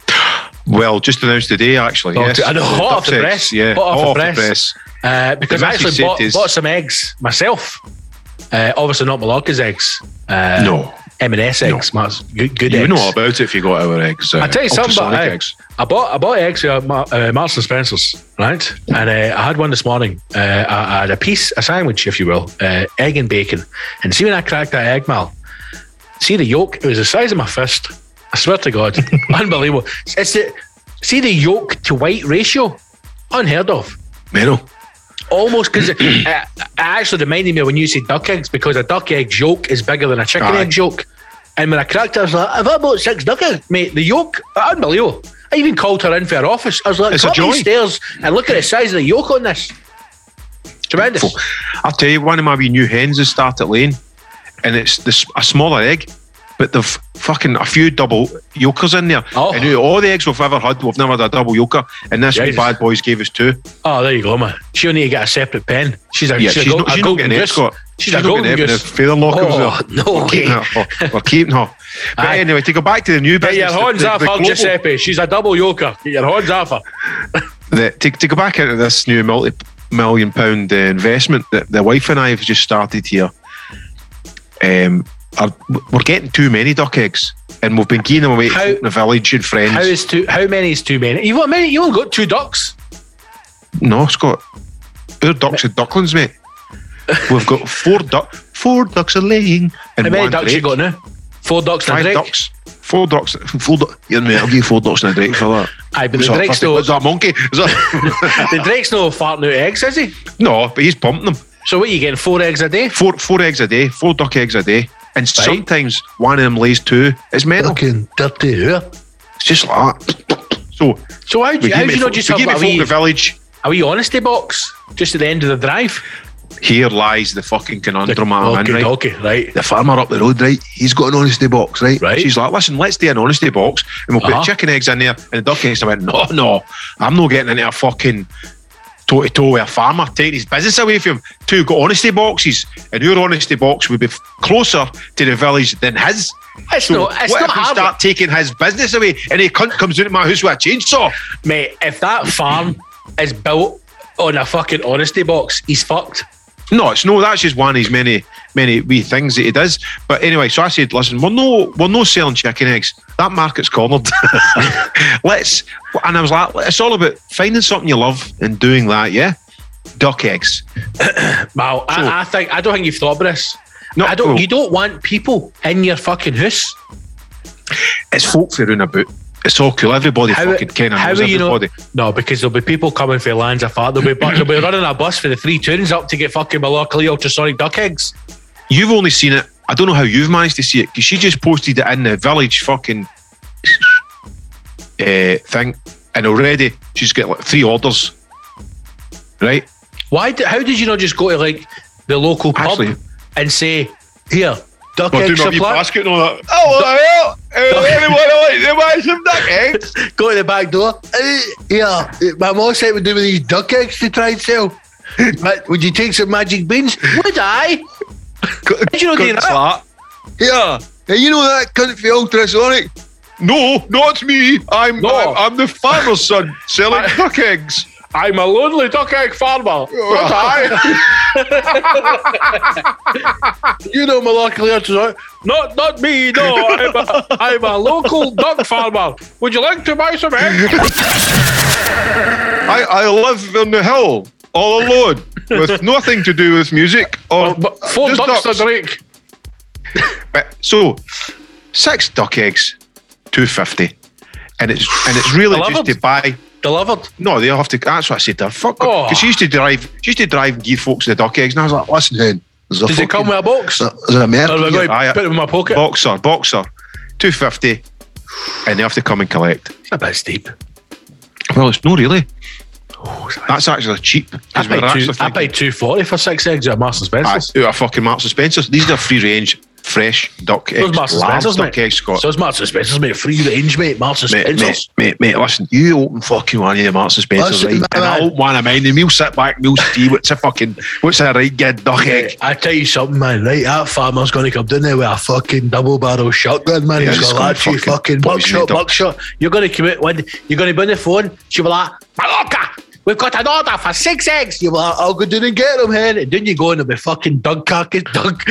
Speaker 1: Well, just announced today, actually.
Speaker 5: Oh,
Speaker 1: yes.
Speaker 5: I know, hot off the
Speaker 1: Dubsets,
Speaker 5: press,
Speaker 1: Yeah,
Speaker 5: hot off the press.
Speaker 1: press.
Speaker 5: Uh, because
Speaker 1: The
Speaker 5: I actually
Speaker 1: message
Speaker 5: bought,
Speaker 1: said is-
Speaker 5: bought some eggs myself. Uh, obviously not Malaka's eggs. Uh,
Speaker 1: No,
Speaker 5: M&S eggs, Matt's good, good
Speaker 1: You
Speaker 5: eggs.
Speaker 1: know all about it if you got our eggs. Uh,
Speaker 5: I tell you something about
Speaker 1: ultrasonic
Speaker 5: eggs. I bought I bought eggs at Mar- uh, Marks and Spencers, right? And uh, I had one this morning. Uh, I, I had a piece, a sandwich, if you will, uh, egg and bacon. And see when I cracked that egg, Mal. See the yolk? It was the size of my fist. I swear to God, unbelievable. It's the see the yolk to white ratio, unheard of.
Speaker 1: Meno.
Speaker 5: Almost because it, it, it actually reminded me when you said duck eggs because a duck egg's yolk is bigger than a chicken
Speaker 1: Aye.
Speaker 5: egg yolk. And when I cracked it, I was like, "Have I bought six duck eggs, mate? The yolk, unbelievable." I even called her in for her office. I was like,
Speaker 1: It's a
Speaker 5: "Come
Speaker 1: joy.
Speaker 5: upstairs and look at the size of the yolk on this." Tremendous.
Speaker 1: I'll tell you, one of my wee new hens has started laying, and it's this a smaller egg, but they've fucking a few double yolkers in there.
Speaker 5: Oh.
Speaker 1: And all the eggs we've ever had, we've never had a double yolker, and this wee
Speaker 5: Jesus.
Speaker 1: bad boys gave us two.
Speaker 5: Oh, there you go, man. She'll need to get a separate pen. She's a
Speaker 1: Yeah,
Speaker 5: she's,
Speaker 1: she's,
Speaker 5: a, gold,
Speaker 1: not, she's
Speaker 5: a
Speaker 1: not
Speaker 5: golden
Speaker 1: getting it,
Speaker 5: goose.
Speaker 1: Scott. She's
Speaker 5: She's, a
Speaker 1: not
Speaker 5: golden
Speaker 1: getting it, but
Speaker 5: goose.
Speaker 1: the feather lock comes
Speaker 5: oh,
Speaker 1: out.
Speaker 5: no
Speaker 1: We're keeping
Speaker 5: way.
Speaker 1: her. We're keeping her. But
Speaker 5: Aye.
Speaker 1: anyway, to go back to the new
Speaker 5: Get
Speaker 1: business.
Speaker 5: your
Speaker 1: the-
Speaker 5: horns
Speaker 1: the-
Speaker 5: off
Speaker 1: the
Speaker 5: her,
Speaker 1: global-
Speaker 5: Giuseppe. She's a double yoker. Get your horns off her.
Speaker 1: the, to, to go back into this new multi million pound uh, investment that the wife and I have just started here, um, are, we're getting too many duck eggs and we've been giving them away
Speaker 5: How-
Speaker 1: to folk in the village and friends.
Speaker 5: How is too? How many is too many? You've got many. You only got two ducks.
Speaker 1: no, Scott, our ducks are ducklings, mate. We've got four duck, four ducks are laying, and
Speaker 5: How many
Speaker 1: one
Speaker 5: ducks
Speaker 1: drake.
Speaker 5: you got now? Four ducks and a
Speaker 1: Five
Speaker 5: drake.
Speaker 1: ducks. Four ducks, four ducks. Yeah, mate, I'll give you four ducks and a drake for that.
Speaker 5: Aye, but the
Speaker 1: What's that,
Speaker 5: drake's
Speaker 1: fucking-
Speaker 5: no-
Speaker 1: what's that monkey? Is that-
Speaker 5: The drake's no farting out eggs, is he?
Speaker 1: no, but he's pumping them.
Speaker 5: So what are you getting? Four eggs a day?
Speaker 1: four four eggs a day, four duck eggs a day, and sometimes one of them lays two. It's mental.
Speaker 6: Fucking dirty hooer.
Speaker 1: It's just like that. So
Speaker 5: So how do
Speaker 1: we
Speaker 5: you, how
Speaker 1: give
Speaker 5: do
Speaker 1: it folk
Speaker 5: you not just have a
Speaker 1: in
Speaker 5: wee,
Speaker 1: the village.
Speaker 5: a wee honesty box just at the end of the drive?
Speaker 1: Here lies the fucking conundrum I'm
Speaker 5: okay,
Speaker 1: in, right?
Speaker 5: okay, right.
Speaker 8: The farmer up the road, right? He's got an honesty box, right?
Speaker 5: Right.
Speaker 1: She's like, listen, let's do an honesty box, and we'll
Speaker 5: Uh-huh.
Speaker 1: put chicken eggs in there and the duck eggs. I went, no, no, I'm not getting into a fucking toe to toe with a farmer, taking his business away from him. Two got honesty boxes, and your honesty box would be f- closer to the village than his.
Speaker 5: It's not- it's
Speaker 1: what
Speaker 5: not
Speaker 1: if we
Speaker 5: hard.
Speaker 1: start taking his business away and he cunt comes into my house with a chainsaw?
Speaker 5: Mate, if that farm is built on a fucking honesty box, he's fucked.
Speaker 1: No, it's no. That's just one of his many, many wee things that he does. But anyway, so I said, listen, we're no, we're no selling chicken eggs. That market's cornered. Let's. And I was like, it's all about finding something you love and doing that. Yeah, duck eggs.
Speaker 5: Wow,
Speaker 1: So-
Speaker 5: I, I think I don't think you've thought about this.
Speaker 1: No,
Speaker 5: I don't
Speaker 1: well-
Speaker 5: you don't want people in your fucking house.
Speaker 1: It's folk for round about. It's all cool. Everybody fucking kind of knows everybody.
Speaker 5: Not, no, because there'll be people coming for lands afar. There'll be, bu- there'll be running a bus for the three tunes up to get fucking my locally ultrasonic duck eggs.
Speaker 1: You've only seen it. I don't know how you've managed to see it because she just posted it in the village fucking uh, thing, and already she's got like three orders. Right.
Speaker 5: Why? Did, how did you not just go to like the local pub
Speaker 1: Actually-
Speaker 5: and say, "Here, duck
Speaker 1: Well,
Speaker 5: egg
Speaker 1: do my wee
Speaker 5: supply"?
Speaker 1: basket and all that. Oh, well, well, everyone wants to buy some duck eggs.
Speaker 6: Go to the back door. Eh, Yeah, eh, my mum said we do with these duck eggs to try and sell. Ma- Would you take some magic beans?
Speaker 5: Would I? Did you not do that?
Speaker 8: Yeah. Hey, you know that cunt for ultrasonic?
Speaker 1: No, not me. I'm,
Speaker 5: No.
Speaker 1: I'm I'm the farmer's son selling duck eggs.
Speaker 5: I'm a lonely duck egg farmer.
Speaker 1: Not I.
Speaker 6: You know my luckily that's right.
Speaker 5: Not, not me. No, I'm a, I'm a local duck farmer. Would you like to buy some eggs?
Speaker 1: I I live on the hill all alone with nothing to do with music or
Speaker 5: But four
Speaker 1: just
Speaker 5: ducks,
Speaker 1: ducks.
Speaker 5: a drink.
Speaker 1: But- So six duck eggs, two fifty, and it's and it's really
Speaker 5: I love
Speaker 1: just
Speaker 5: them.
Speaker 1: to buy
Speaker 5: Delivered.
Speaker 1: No, they have to. That's what I said. to her, Fuck.
Speaker 5: Oh.
Speaker 1: Because she used to drive. She used to drive and give folks the duck eggs, and I was like, listen,
Speaker 8: Listen, there's a
Speaker 5: Does it come with a box? Or
Speaker 8: fucking- There's a merc
Speaker 5: do I
Speaker 8: here.
Speaker 5: go
Speaker 1: I-
Speaker 5: and put it in my pocket?
Speaker 1: boxer, boxer, two fifty, and they have to come and collect.
Speaker 5: It's a bit steep.
Speaker 1: Well, it's no really. Oh, That's actually cheap. 'cause
Speaker 5: I
Speaker 1: we're
Speaker 5: paid, two,
Speaker 1: actually
Speaker 5: I
Speaker 1: thinking,
Speaker 5: paid two forty for six eggs at Marks and
Speaker 1: "Aye,
Speaker 5: Spencer's.
Speaker 1: who are fucking Marks and Spencers. These are free range, fresh duck
Speaker 5: So
Speaker 1: eggs.
Speaker 5: is Marks and
Speaker 1: Large
Speaker 5: Spencer's,
Speaker 1: duck
Speaker 5: mate.
Speaker 1: eggs, Scott.
Speaker 5: So it's Marks and Spencer's, mate. Free range, mate. Marks and
Speaker 1: Mate, mate,
Speaker 5: Spencer's.
Speaker 1: mate, mate, listen, you open fucking one of the Marks and Spencers,
Speaker 6: Listen,
Speaker 1: right? And
Speaker 6: man.
Speaker 1: I open one of mine, and we'll sit back and we'll see what's a fucking, what's a right good duck egg.
Speaker 6: I tell you something, man. Right, that farmer's going to come down there with a fucking double barrel shotgun, man.
Speaker 1: Yeah,
Speaker 6: he's
Speaker 1: he's
Speaker 6: going to
Speaker 1: gonna
Speaker 6: latch you
Speaker 1: fucking
Speaker 6: fucking
Speaker 1: poison you,
Speaker 6: buckshot,
Speaker 1: doc.
Speaker 6: buckshot.
Speaker 5: You're going to commit one. You're going to be on the phone. She'll be like, Malaka, we've got an order for six eggs.
Speaker 6: You're like, I'll go down and get him, hen.
Speaker 5: And then you go and there'll be fucking duck carcass, duck,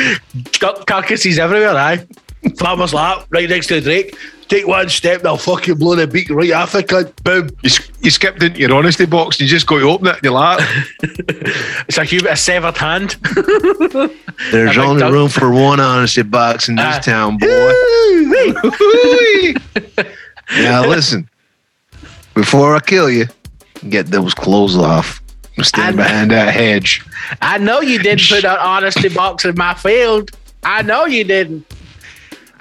Speaker 5: duck carcasses everywhere, aye?
Speaker 6: Farmer's lap, right next to the Drake. Take one step, they'll fucking blow the beak right off the cunt. Boom.
Speaker 1: You, s- you skipped into your honesty box and you just got to open it and you're like,
Speaker 5: It's like you've got a severed hand.
Speaker 8: There's
Speaker 5: I like
Speaker 8: only
Speaker 5: that.
Speaker 8: room for one honesty box in this
Speaker 5: Ah.
Speaker 8: town, boy. now listen, before I kill you, get those clothes off. I'm standing
Speaker 5: I-
Speaker 8: behind that hedge.
Speaker 5: I know you didn't put an honesty box in my field. I know you didn't.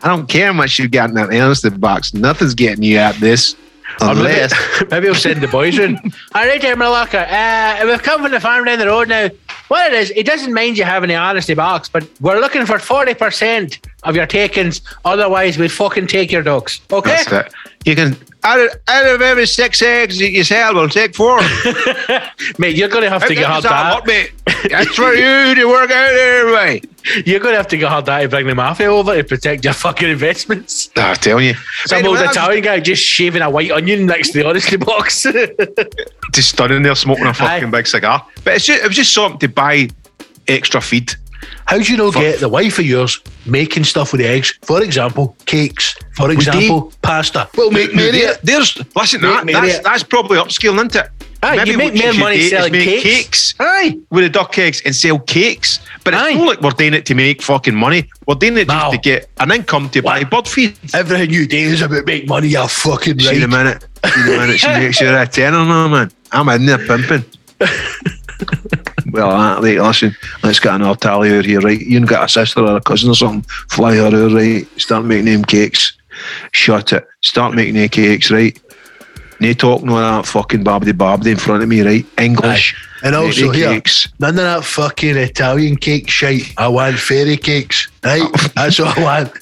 Speaker 8: I don't care how much you got in that honesty box. Nothing's getting you out this unless
Speaker 5: Maybe I'll send the boys in. All right, there, my locker. Uh, we've come from the farm down the road now. What it is, it doesn't mind you having the honesty box, but we're looking for 40% of your takings. Otherwise, we'd fucking take your dogs. Okay?
Speaker 1: that's it.
Speaker 8: you can. Out of, out of every six eggs that you sell, we'll take four.
Speaker 5: Mate, you're going to have to get hard
Speaker 1: That
Speaker 5: that.
Speaker 1: mate. That's for you to work out anyway.
Speaker 5: You're going to have to get hard that to bring the mafia over to protect your fucking investments.
Speaker 1: Nah, I'm telling you.
Speaker 5: Some
Speaker 1: Anyway,
Speaker 5: old
Speaker 1: I'm
Speaker 5: Italian guy just shaving a white onion next to the honesty box.
Speaker 1: Just standing there smoking a fucking big cigar. But it's just, it was just something to buy extra feed.
Speaker 6: How'd you not get the wife of yours making stuff with eggs? For example, cakes. For example, pasta. Well, make many.
Speaker 8: There- There's listen,
Speaker 6: Mate,
Speaker 8: that,
Speaker 6: mate,
Speaker 8: that's,
Speaker 6: yeah.
Speaker 8: that's probably upscaling, isn't it?
Speaker 5: Aye, you make
Speaker 8: what
Speaker 5: more
Speaker 8: should
Speaker 5: money
Speaker 8: do is
Speaker 5: selling
Speaker 8: make
Speaker 5: cakes.
Speaker 8: Aye, with the duck eggs and sell cakes. But it's
Speaker 5: Aye.
Speaker 8: not like we're doing it to make fucking money. We're doing it
Speaker 5: No.
Speaker 8: just to get an income to buy bird feed.
Speaker 6: Everything you do is about make money, you fucking
Speaker 8: See the
Speaker 6: right.
Speaker 8: minute, see the minute she makes you a tenner now, man. I'm in there pimping. well, uh, right, listen, let's get an old tally out here, right? You ain't got a sister or a cousin or something. Fly her out, right? Start making them cakes. Shut it. Start making them cakes, right? No talking all that fucking babbity babbity in front of me, right? English.
Speaker 6: And
Speaker 8: Make
Speaker 6: also
Speaker 8: them
Speaker 6: here,
Speaker 8: cakes.
Speaker 6: none of that fucking Italian cake shite. I want fairy cakes, right? That's what I want.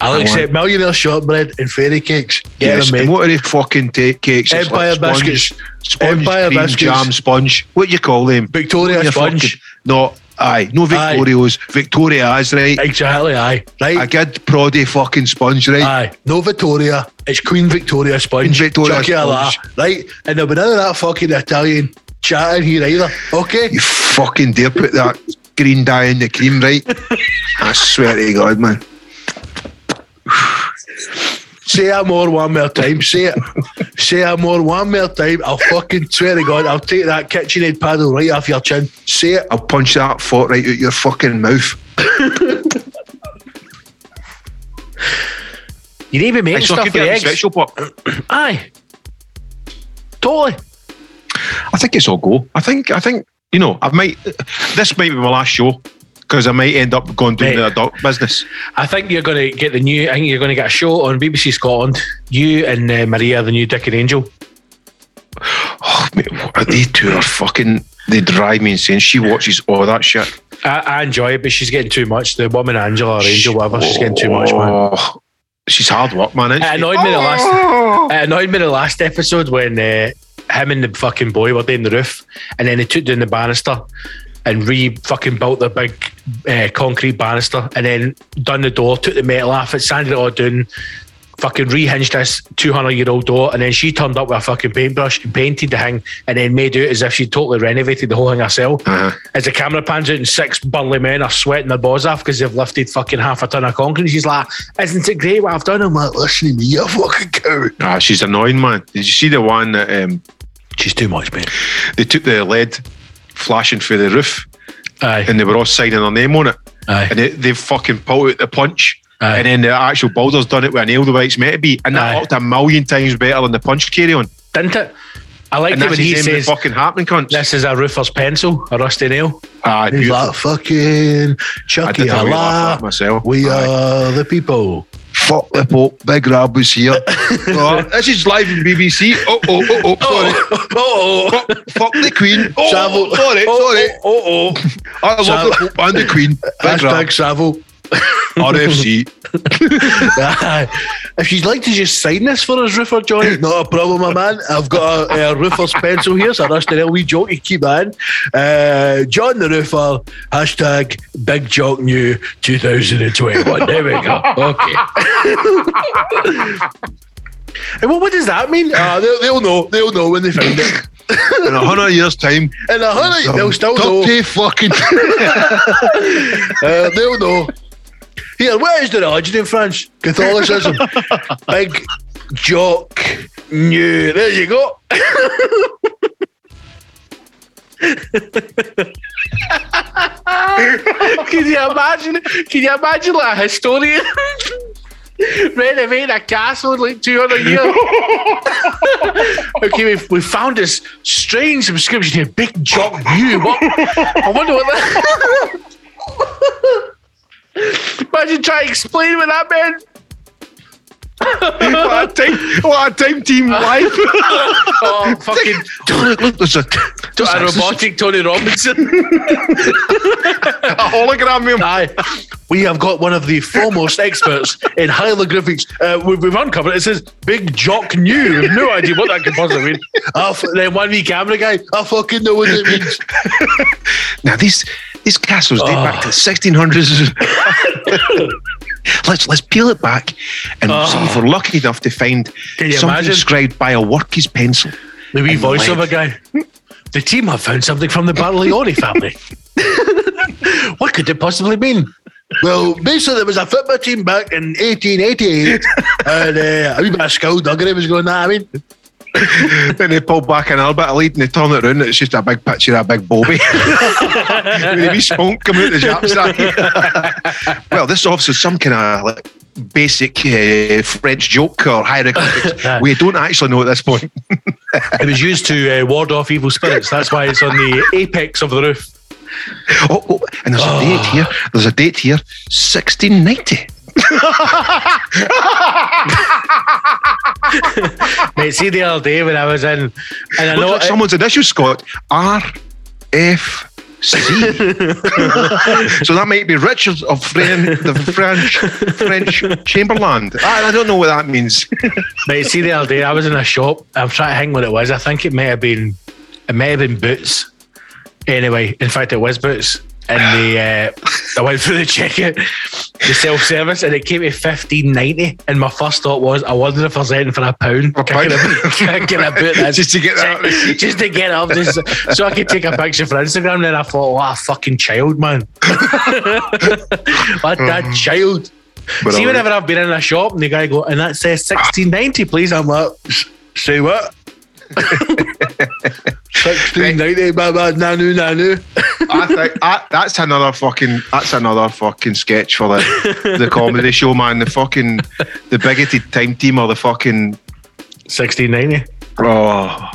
Speaker 6: I'll accept millionaire shortbread and fairy cakes. Get
Speaker 8: Yes,
Speaker 6: them
Speaker 8: and
Speaker 6: made.
Speaker 8: what are they fucking ta- cakes? It's
Speaker 6: Empire
Speaker 8: sponge,
Speaker 6: biscuits.
Speaker 8: Sponge,
Speaker 6: Empire
Speaker 8: cream,
Speaker 6: biscuits.
Speaker 8: jam, sponge. What do you call them?
Speaker 6: Victoria
Speaker 8: Your
Speaker 6: sponge.
Speaker 8: fucking- no, aye, no
Speaker 6: Aye.
Speaker 8: Victorios, Victoria's, right?
Speaker 6: Exactly, aye.
Speaker 8: A
Speaker 6: Right?
Speaker 8: kid proddy fucking sponge, right?
Speaker 6: Aye. No Victoria. It's Queen Victoria sponge.
Speaker 8: Queen Victoria
Speaker 6: Chuck it a lot, Right? And there'll be none of that fucking Italian chatting here either. Okay?
Speaker 8: You fucking dare put that green dye in the cream, right? I swear to God, man.
Speaker 6: Say it more one more time. Say it. Say it more one more time. I'll fucking swear to God, I'll take that KitchenAid paddle right off your chin. Say it.
Speaker 8: I'll punch that fort right out your fucking mouth.
Speaker 5: you need to be making
Speaker 1: So I
Speaker 5: stuff
Speaker 1: could
Speaker 5: with
Speaker 1: get a
Speaker 5: eggs.
Speaker 1: special pot.
Speaker 5: Aye. Totally.
Speaker 1: I think it's all go. I think I think you know. I might. This might be my last show because I might end up going doing
Speaker 5: Mate.
Speaker 1: the adult business.
Speaker 5: I think you're going to get the new. I think you're going to get a show on BBC Scotland. You and uh, Maria, the new Dick and Angel.
Speaker 1: Oh, mate, what- they two are fucking. They drive me insane. She watches all that shit.
Speaker 5: I, I enjoy it, but she's getting too much. The woman Angela or Angel, whatever, she's getting too much, man.
Speaker 1: Oh, she's hard work, man. Isn't
Speaker 5: It
Speaker 1: she?
Speaker 5: annoyed me the last. Oh. It annoyed me the last episode when uh, him and the fucking boy were down the roof, and then they took down the banister and re fucking built the big uh, concrete banister, and then done the door, took the metal off, it sanded it all down. Fucking rehinged this 200 year old door, and then she turned up with a fucking paintbrush and painted the thing, and then made out as if she totally renovated the whole thing herself.
Speaker 1: Uh-huh.
Speaker 5: As the camera pans out, and six burly men are sweating their balls off because they've lifted fucking half a ton of concrete. She's like, Isn't it great what I've done? I'm like, Listen to me, you fucking cow.
Speaker 1: Ah, she's annoying, man. Did you see the one that um,
Speaker 5: She's too much, man.
Speaker 1: they took the lead flashing through the roof
Speaker 5: Aye.
Speaker 1: and they were all signing their name on it?
Speaker 5: Aye.
Speaker 1: and they, they fucking pulled out the punch.
Speaker 5: Aye.
Speaker 1: And then the actual builder's done it with a nail the way it's meant to be. And that
Speaker 5: Aye.
Speaker 1: looked a million times better than the punch carry on.
Speaker 5: Didn't it? I like
Speaker 1: And
Speaker 5: it
Speaker 1: that's
Speaker 5: when
Speaker 1: the
Speaker 5: he
Speaker 1: same with
Speaker 5: says,
Speaker 1: fucking happening, cunts.
Speaker 5: This is a roofer's pencil, a rusty nail.
Speaker 1: Aye,
Speaker 6: He's
Speaker 1: beautiful.
Speaker 6: like fucking
Speaker 1: I
Speaker 6: Chucky
Speaker 1: did a wee laugh at
Speaker 6: Allah.
Speaker 1: myself.
Speaker 6: We uh,
Speaker 1: Aye.
Speaker 6: are the people.
Speaker 8: Fuck the Pope, Big Rab was here. Oh, this is live in BBC. Oh, oh, oh, oh, sorry.
Speaker 5: Oh,
Speaker 8: Fuck, fuck the Queen. Oh,
Speaker 6: Savo.
Speaker 8: sorry, sorry.
Speaker 5: oh, oh.
Speaker 8: I love
Speaker 6: Savo.
Speaker 8: the Pope and the Queen. Big Rab,
Speaker 6: Hashtag Savo.
Speaker 8: RFC.
Speaker 6: if you'd like to just sign this for us, Roofer Johnny, not a problem, my man. I've got a, a roofer's pencil here, so that's the little wee joke you keep that in. Uh, John the Roofer, hashtag Big Joke New 2021. There we go. Okay. and what, what does that mean? Ah, they'll, they'll know. They'll know when they find it.
Speaker 8: In a hundred years' time,
Speaker 6: In a
Speaker 1: um,
Speaker 6: hurry,
Speaker 8: some
Speaker 6: they'll still know.
Speaker 8: dirty fucking
Speaker 6: Uh, they'll know. Here, where is the religion in France? Catholicism. Big jock. New. There you go.
Speaker 5: Can you imagine? Can you imagine like a historian renovating a castle in like 200 years? okay, we've, we found this strange subscription here, Big Jock View. What? I wonder what that. Imagine trying to explain what that meant.
Speaker 10: what, a time, what a time team life.
Speaker 5: Oh, fucking
Speaker 1: look, look, there's a, there's
Speaker 5: a
Speaker 1: a-
Speaker 5: robotic Tony Robinson.
Speaker 10: a hologram of him.
Speaker 5: Aye. We have got one of the foremost experts in hieroglyphics. Uh, we've, we've uncovered it. It says Big Jock New. We have no idea what that could possibly mean. Oh, f- then one wee camera guy.
Speaker 6: I fucking know what it means.
Speaker 1: Now these these castles date back to
Speaker 10: Ah.
Speaker 1: the 1600s. let's let's peel it back and
Speaker 10: Ah.
Speaker 1: see if we're lucky enough to find
Speaker 5: you
Speaker 1: something
Speaker 5: imagine?
Speaker 1: described by a worker's pencil.
Speaker 5: The wee
Speaker 1: And
Speaker 5: voiceover
Speaker 1: lead.
Speaker 5: guy. The team have found something from the Baglioni family. what could it possibly mean?
Speaker 6: Well, basically, there was a football team back in 1888, and uh, a wee bit of skullduggery was going on. I mean,
Speaker 1: and they pull back an Albert lead and they turn it round. It's just a big picture of a big Bobby. With a wee spunk coming out the japs. there. well, this is obviously some kind of like basic uh, French joke or hieroglyphics. we don't actually know at this point.
Speaker 5: It was used to uh, ward off evil spirits. That's why it's on the apex of the roof.
Speaker 1: Oh, oh, and there's a date here. There's a date here. 1690.
Speaker 5: Mate, see the other day when I was in, and I
Speaker 1: Looks
Speaker 5: know
Speaker 1: like someone's initial Scott. R F C. so that might be Richard of Fran- the French French Chamberlain. I, I don't know what that means.
Speaker 5: Mate, see the other day, I was in a shop. I'm trying to think what it was. I think it may have been, it may have been boots. Anyway, in fact, it was boots. And they, uh, I went through the checkout, the self service, and it came to fifteen ninety. And my first thought was, I wonder if there's anything for a pound.
Speaker 1: A
Speaker 5: Can I
Speaker 1: pound?
Speaker 5: get a boot? that's-
Speaker 1: Just to get that receipt.
Speaker 5: Just to get up, just so I could take a picture for Instagram. Then I thought, what a fucking child, man! what
Speaker 1: Mm.
Speaker 5: that child.
Speaker 1: But all
Speaker 5: See,
Speaker 1: right.
Speaker 5: whenever I've been in a shop and the guy go, and that says sixteen ninety, please. I'm like, "S- say what?
Speaker 6: 1690, blah, blah, nanu, nanu.
Speaker 1: I think I, that's another fucking that's another fucking sketch for the the comedy show, man. The fucking the bigoted time team or the fucking
Speaker 5: Sixteen ninety.
Speaker 1: oh.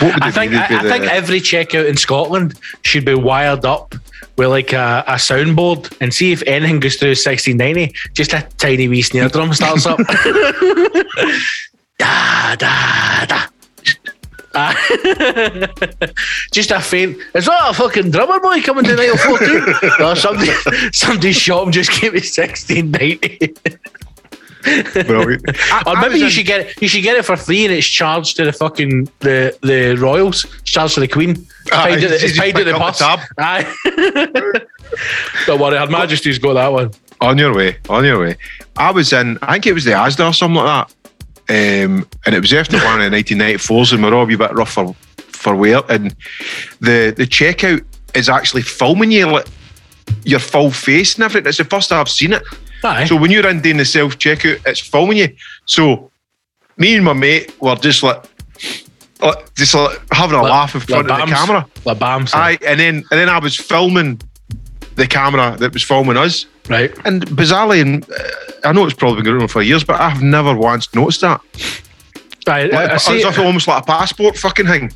Speaker 1: What would
Speaker 5: I
Speaker 1: it
Speaker 5: think
Speaker 1: be? It'd
Speaker 5: I, I
Speaker 1: be
Speaker 5: think
Speaker 1: the-
Speaker 5: every checkout in Scotland should be wired up with like a, a soundboard and see if anything goes through sixteen ninety. Just a tiny wee snare drum starts up. da da da. Ah. Just a faint. Is that a fucking drummer boy coming to 914? or somebody, somebody's shop just gave me 1690.
Speaker 1: Brilliant. I-
Speaker 5: Or
Speaker 1: I
Speaker 5: maybe
Speaker 1: was
Speaker 5: you
Speaker 1: in-
Speaker 5: should get it. You should get it for free, and it's charged to the fucking the the royals. It's charged to the queen. It's
Speaker 1: Aye,
Speaker 5: paid, to the-
Speaker 1: you
Speaker 5: it's
Speaker 1: just
Speaker 5: paid to
Speaker 1: pick
Speaker 5: the
Speaker 1: up the
Speaker 5: boss.
Speaker 1: tab.
Speaker 5: Aye. Don't worry, Her Majesty's got that one.
Speaker 1: On your way, on your way. I was in, I think it was the ASDA or something like that. Um, and it was after one of the 1994s, and we're all a wee bit rough for, for wear. And the, the checkout is actually filming you, like your full face and everything. It's the first I've seen it.
Speaker 5: Aye.
Speaker 1: So when you're in doing the self checkout, it's filming you. So me and my mate were just like, like just like having a laugh in front of the camera.
Speaker 5: La bams.
Speaker 1: Aye, and then and then I was filming the camera that was filming us.
Speaker 5: Right.
Speaker 1: And bizarrely, and uh, I know it's probably been going on for years, but I've never once noticed that.
Speaker 5: Aye, I,
Speaker 1: Like,
Speaker 5: I see.
Speaker 1: it's almost like a passport fucking thing.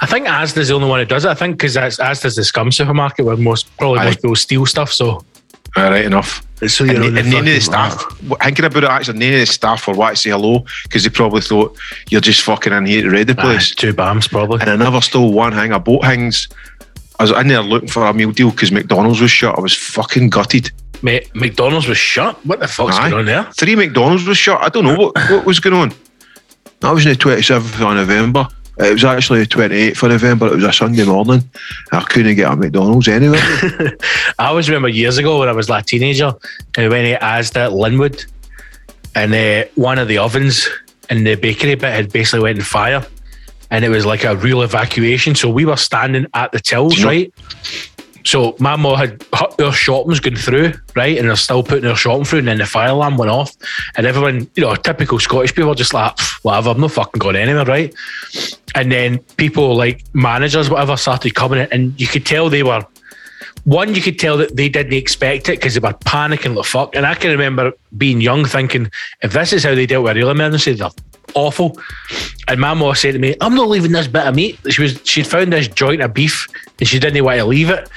Speaker 5: I think Asda's the only one who does it. I think because Asda's the scum supermarket where most probably
Speaker 1: Aye.
Speaker 5: most people steal stuff. So
Speaker 1: All right, enough.
Speaker 5: so
Speaker 1: And,
Speaker 5: you're on
Speaker 1: and none of the
Speaker 5: fucking-
Speaker 1: staff, thinking about it actually, none of the staff were white to say hello because they probably thought you're just fucking in here to raid the
Speaker 5: Aye,
Speaker 1: place.
Speaker 5: two bams probably.
Speaker 1: And I never stole one hang. I bought hangs. I was in there looking for a meal deal because McDonald's was shut. I was fucking gutted.
Speaker 5: Mate, McDonald's was shut. What the fuck's
Speaker 1: Aye.
Speaker 5: going on there?
Speaker 1: Three McDonald's was shut. I don't know what, what was going on. That was on the 27th of November. It was actually the 28th of November. It was a Sunday morning. I couldn't get a McDonald's anywhere.
Speaker 5: I always remember years ago when I was like a teenager, and when it Asda at Linwood, and uh, one of the ovens in the bakery bit had basically went on fire, and it was like a real evacuation. So we were standing at the tills,
Speaker 1: know-
Speaker 5: right? So my mum had her her shopping's gone through, right? And they're still putting their shopping through, and then the fire alarm went off. And everyone, you know, typical Scottish people are just like, "Pff, whatever, I'm not fucking going anywhere, right? And then people like managers, whatever, started coming in, and you could tell they were one, you could tell that they didn't expect it because they were panicking like fuck. And I can remember being young thinking, if this is how they dealt with a real emergency, they're awful. And my mom said to me, I'm not leaving this bit of meat. She was she'd found this joint of beef and she didn't want to leave it.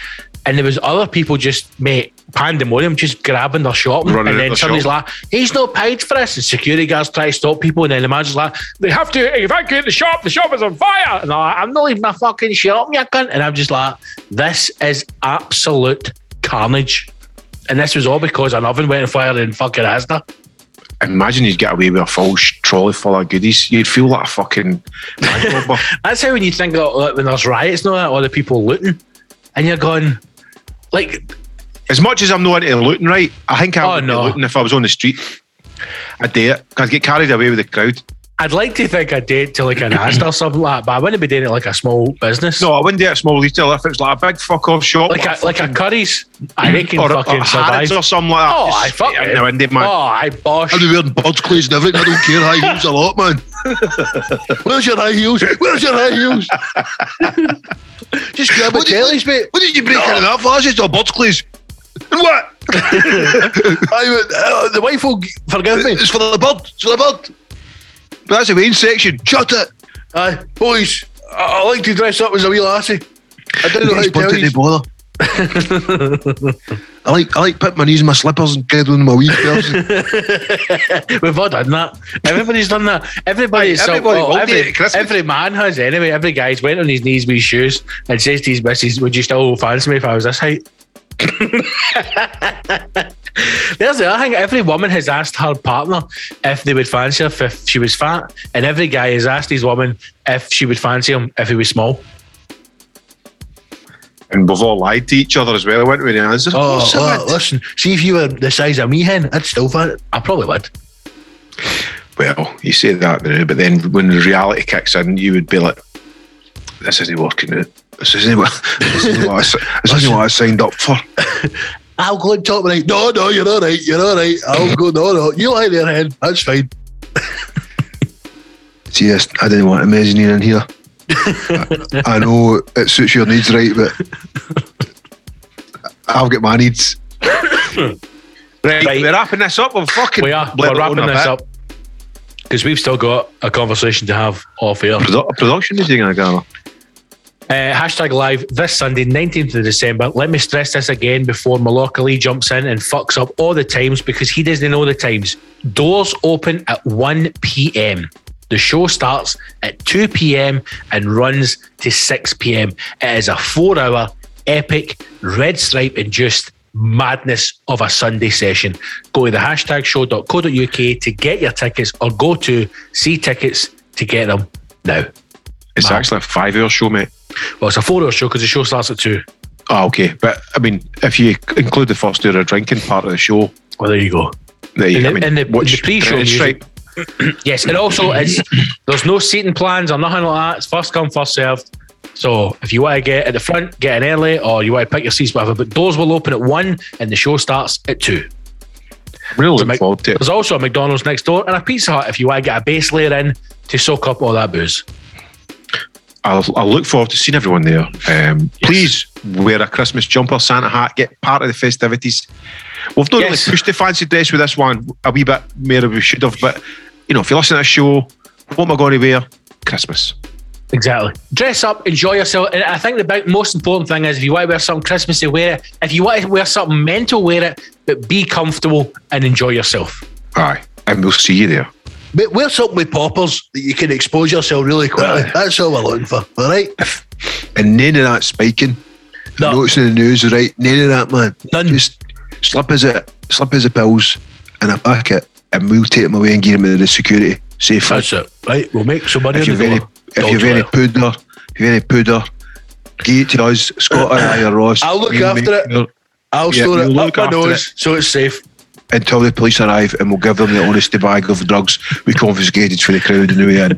Speaker 5: And there was other people just mate pandemonium, just grabbing their shopping,
Speaker 1: Running
Speaker 5: and
Speaker 1: out
Speaker 5: then
Speaker 1: their
Speaker 5: somebody's
Speaker 1: shop.
Speaker 5: like, "He's not paid for this." And security guards try to stop people, and then the manager's like, "They have to evacuate the shop. The shop is on fire." And I'm like, "I'm not leaving my fucking shop, you cunt." And I'm just like, "This is absolute carnage." And this was all because an oven went on fire in fucking Asda.
Speaker 1: Imagine you'd get away with a full sh- trolley full of goodies. You'd feel like a fucking bank robber.
Speaker 5: That's how when you think of like, when there's riots and all that, all the people looting, and you're going, like,
Speaker 1: As much as I'm not into looting, right? I think I
Speaker 5: Oh,
Speaker 1: would
Speaker 5: no.
Speaker 1: be looting if I was on the street. I dare. I'd get carried away with the crowd.
Speaker 5: I'd like to think I did to like an Asda or something like that, but I wouldn't be doing it like a small business.
Speaker 1: No, I wouldn't do it at a small retail if it was like a big fuck off shop.
Speaker 5: like a, like a Curry's. I reckon
Speaker 1: or,
Speaker 5: fucking
Speaker 1: or
Speaker 5: survive.
Speaker 1: Harrods or something like that.
Speaker 5: Oh,
Speaker 1: Just
Speaker 5: I fuck
Speaker 1: out
Speaker 5: it.
Speaker 1: the window, man.
Speaker 5: Oh, I bosh.
Speaker 6: I'll be wearing bird clays and everything. I don't care. High heels a lot, man. Where's your high heels? Where's your high heels?
Speaker 8: Just grab
Speaker 6: What did-
Speaker 8: mate.
Speaker 6: What did you break
Speaker 8: Breaking
Speaker 6: in
Speaker 8: it
Speaker 6: that?
Speaker 8: up, lads. It's a bird clays.
Speaker 6: And what? I, went, uh, the wife will g-
Speaker 5: Forgive me.
Speaker 6: It's for the bird. It's for the bird.
Speaker 8: But that's the main section.
Speaker 6: Shut it. Aye, boys, I, I like to dress up as a wee lassie. I don't know how
Speaker 8: It's
Speaker 6: to tell
Speaker 8: bunted, they
Speaker 6: you.
Speaker 8: bother.
Speaker 6: I like I like putting my knees in my slippers and getting on my wee girls.
Speaker 5: We've all done that. Everybody's done that. Everybody's so,
Speaker 1: everybody
Speaker 5: oh,
Speaker 1: will do it
Speaker 5: every,
Speaker 1: at Christmas.
Speaker 5: every man has anyway. Every guy's went on his knees with his shoes and says to his missus, Would you still fancy me if I was this height? There's the other thing. Every woman has asked her partner if they would fancy her if she was fat, and every guy has asked his woman if she would fancy him if he was small.
Speaker 1: And we've all lied to each other as well. I went with the answer.
Speaker 5: Oh,
Speaker 1: Of course I
Speaker 5: oh,
Speaker 1: would.
Speaker 5: listen, see if you were the size of me, hen, I'd still fan. I probably would.
Speaker 1: Well, you say that, now, but then when the reality kicks in, you would be like, "This isn't working out. This isn't what. This isn't what I, s- this isn't what I signed up for."
Speaker 6: I'll go and top right. No, no, you're all right. You're all right. I'll go. No, no, you lie there, hen. That's fine.
Speaker 8: See, I, I didn't want a mezzanine in here. I, I know it suits your needs, right? But I've got my needs.
Speaker 1: Right,
Speaker 5: Right.
Speaker 1: we're wrapping this up. We're fucking.
Speaker 5: We are.
Speaker 1: bled
Speaker 5: We're
Speaker 1: the load
Speaker 5: wrapping
Speaker 1: a
Speaker 5: this
Speaker 1: bit.
Speaker 5: up because we've still got a conversation to have off air. Uh,
Speaker 1: Produ- production meeting in Ghana.
Speaker 5: hashtag live this Sunday, 19th of December. Let me stress this again before Malaka Lee jumps in and fucks up all the times because he doesn't know the times. Doors open at 1 p.m. The show starts at 2 p.m. and runs to 6 p.m. It is a four hour epic red stripe induced madness of a Sunday session. Go to the hashtag show.co.uk to get your tickets or go to see tickets to get them now.
Speaker 1: It's
Speaker 5: Wow.
Speaker 1: actually a five-hour show, mate.
Speaker 5: Well, it's a four hour show because the show starts at two.
Speaker 1: Oh, okay. But I mean, if you include the first hour of drinking part of the show,
Speaker 5: Well, there you go.
Speaker 1: there you
Speaker 5: And
Speaker 1: I
Speaker 5: the-
Speaker 1: mean,
Speaker 5: and the-
Speaker 1: watch
Speaker 5: the pre-show
Speaker 1: Red
Speaker 5: music.
Speaker 1: Stripe.
Speaker 5: Yes, and also it's there's no seating plans or nothing like that. It's first come, first served. So if you want to get at the front, get in early, or you want to pick your seats, whatever. But doors will open at one, and the show starts at two.
Speaker 1: I'm really looking
Speaker 5: Mike-
Speaker 1: forward to it.
Speaker 5: There's also a McDonald's next door and a Pizza Hut if you want to get a base layer in to soak up all that booze.
Speaker 1: I'll, I'll look forward to seeing everyone there. Um, Please wear a Christmas jumper, Santa hat, get part of the festivities. We've not
Speaker 5: Yes.
Speaker 1: really pushed the fancy dress with this one a wee bit more than we should have, but you know, if you listen to a show, what am I going to wear? Christmas.
Speaker 5: Exactly. Dress up, enjoy yourself. And I think the big, most important thing is if you want to wear something Christmassy, wear it. If you want to wear something mental, wear it, but be comfortable and enjoy yourself.
Speaker 1: Aye, and we'll see you there.
Speaker 6: But wear something with poppers that you can expose yourself really quickly. That's all we're looking for. All right.
Speaker 8: And none of that spiking.
Speaker 5: No.
Speaker 8: Noticing the news, right? None of that, man.
Speaker 5: None.
Speaker 8: Just slip as a slip as a pills in a bucket and we'll take them away and give them to the security safely.
Speaker 5: That's it. Right. We'll make some money
Speaker 8: if you're
Speaker 5: on the
Speaker 8: very
Speaker 5: door.
Speaker 8: if
Speaker 5: Don't
Speaker 8: you're very
Speaker 5: worry.
Speaker 8: pooder, if you're very pooder, give it to us, Scott or I or Ross.
Speaker 6: I'll look
Speaker 8: We'll
Speaker 6: after
Speaker 8: make
Speaker 6: it.
Speaker 8: sure
Speaker 6: I'll
Speaker 8: Yeah,
Speaker 6: store it
Speaker 8: we'll
Speaker 6: up
Speaker 8: look
Speaker 6: my
Speaker 8: after
Speaker 6: nose so it's safe.
Speaker 8: Until the police arrive and we'll give them the honesty bag of drugs we confiscated for the crowd in the way in.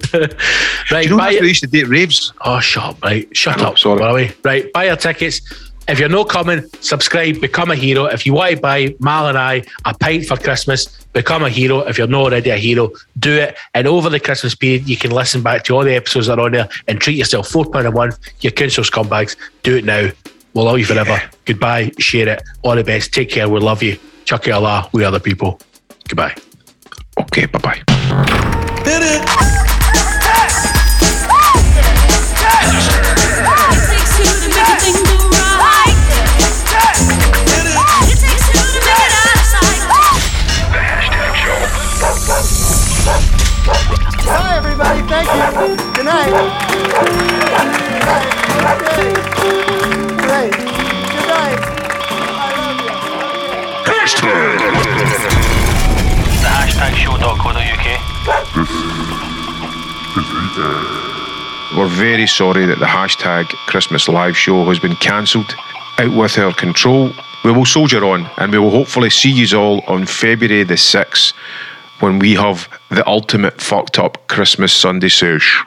Speaker 5: Right,
Speaker 1: Do you know
Speaker 5: buy
Speaker 1: that's
Speaker 5: it.
Speaker 1: where we used to date raves?
Speaker 5: Oh, shut up, right. Shut
Speaker 1: know,
Speaker 5: up.
Speaker 1: sorry.
Speaker 5: Sorry. Right. Buy your tickets. If you're not coming, subscribe, become a hero. If you want to buy Mal and I a pint for Christmas, become a hero. If you're not already a hero, do it. And over the Christmas period, you can listen back to all the episodes that are on there and treat yourself £4 a month. You're council scumbags. Do it now. We'll love you forever. Goodbye. Share it. All the best. Take care. We love you. Chucky Allah. We are the people. Goodbye.
Speaker 1: Okay, bye bye.
Speaker 3: It takes two to make a thing go right. It takes two to make it out of sight.
Speaker 11: Bye, everybody. Thank you. Good night. Good night. Good night. I love you.
Speaker 2: The hashtag show.co.uk.
Speaker 1: We're very sorry that the hashtag Christmas Live Show has been cancelled. Out with our control. We will soldier on and we will hopefully see you all on February the 6th when we have the ultimate fucked up Christmas Sunday sesh.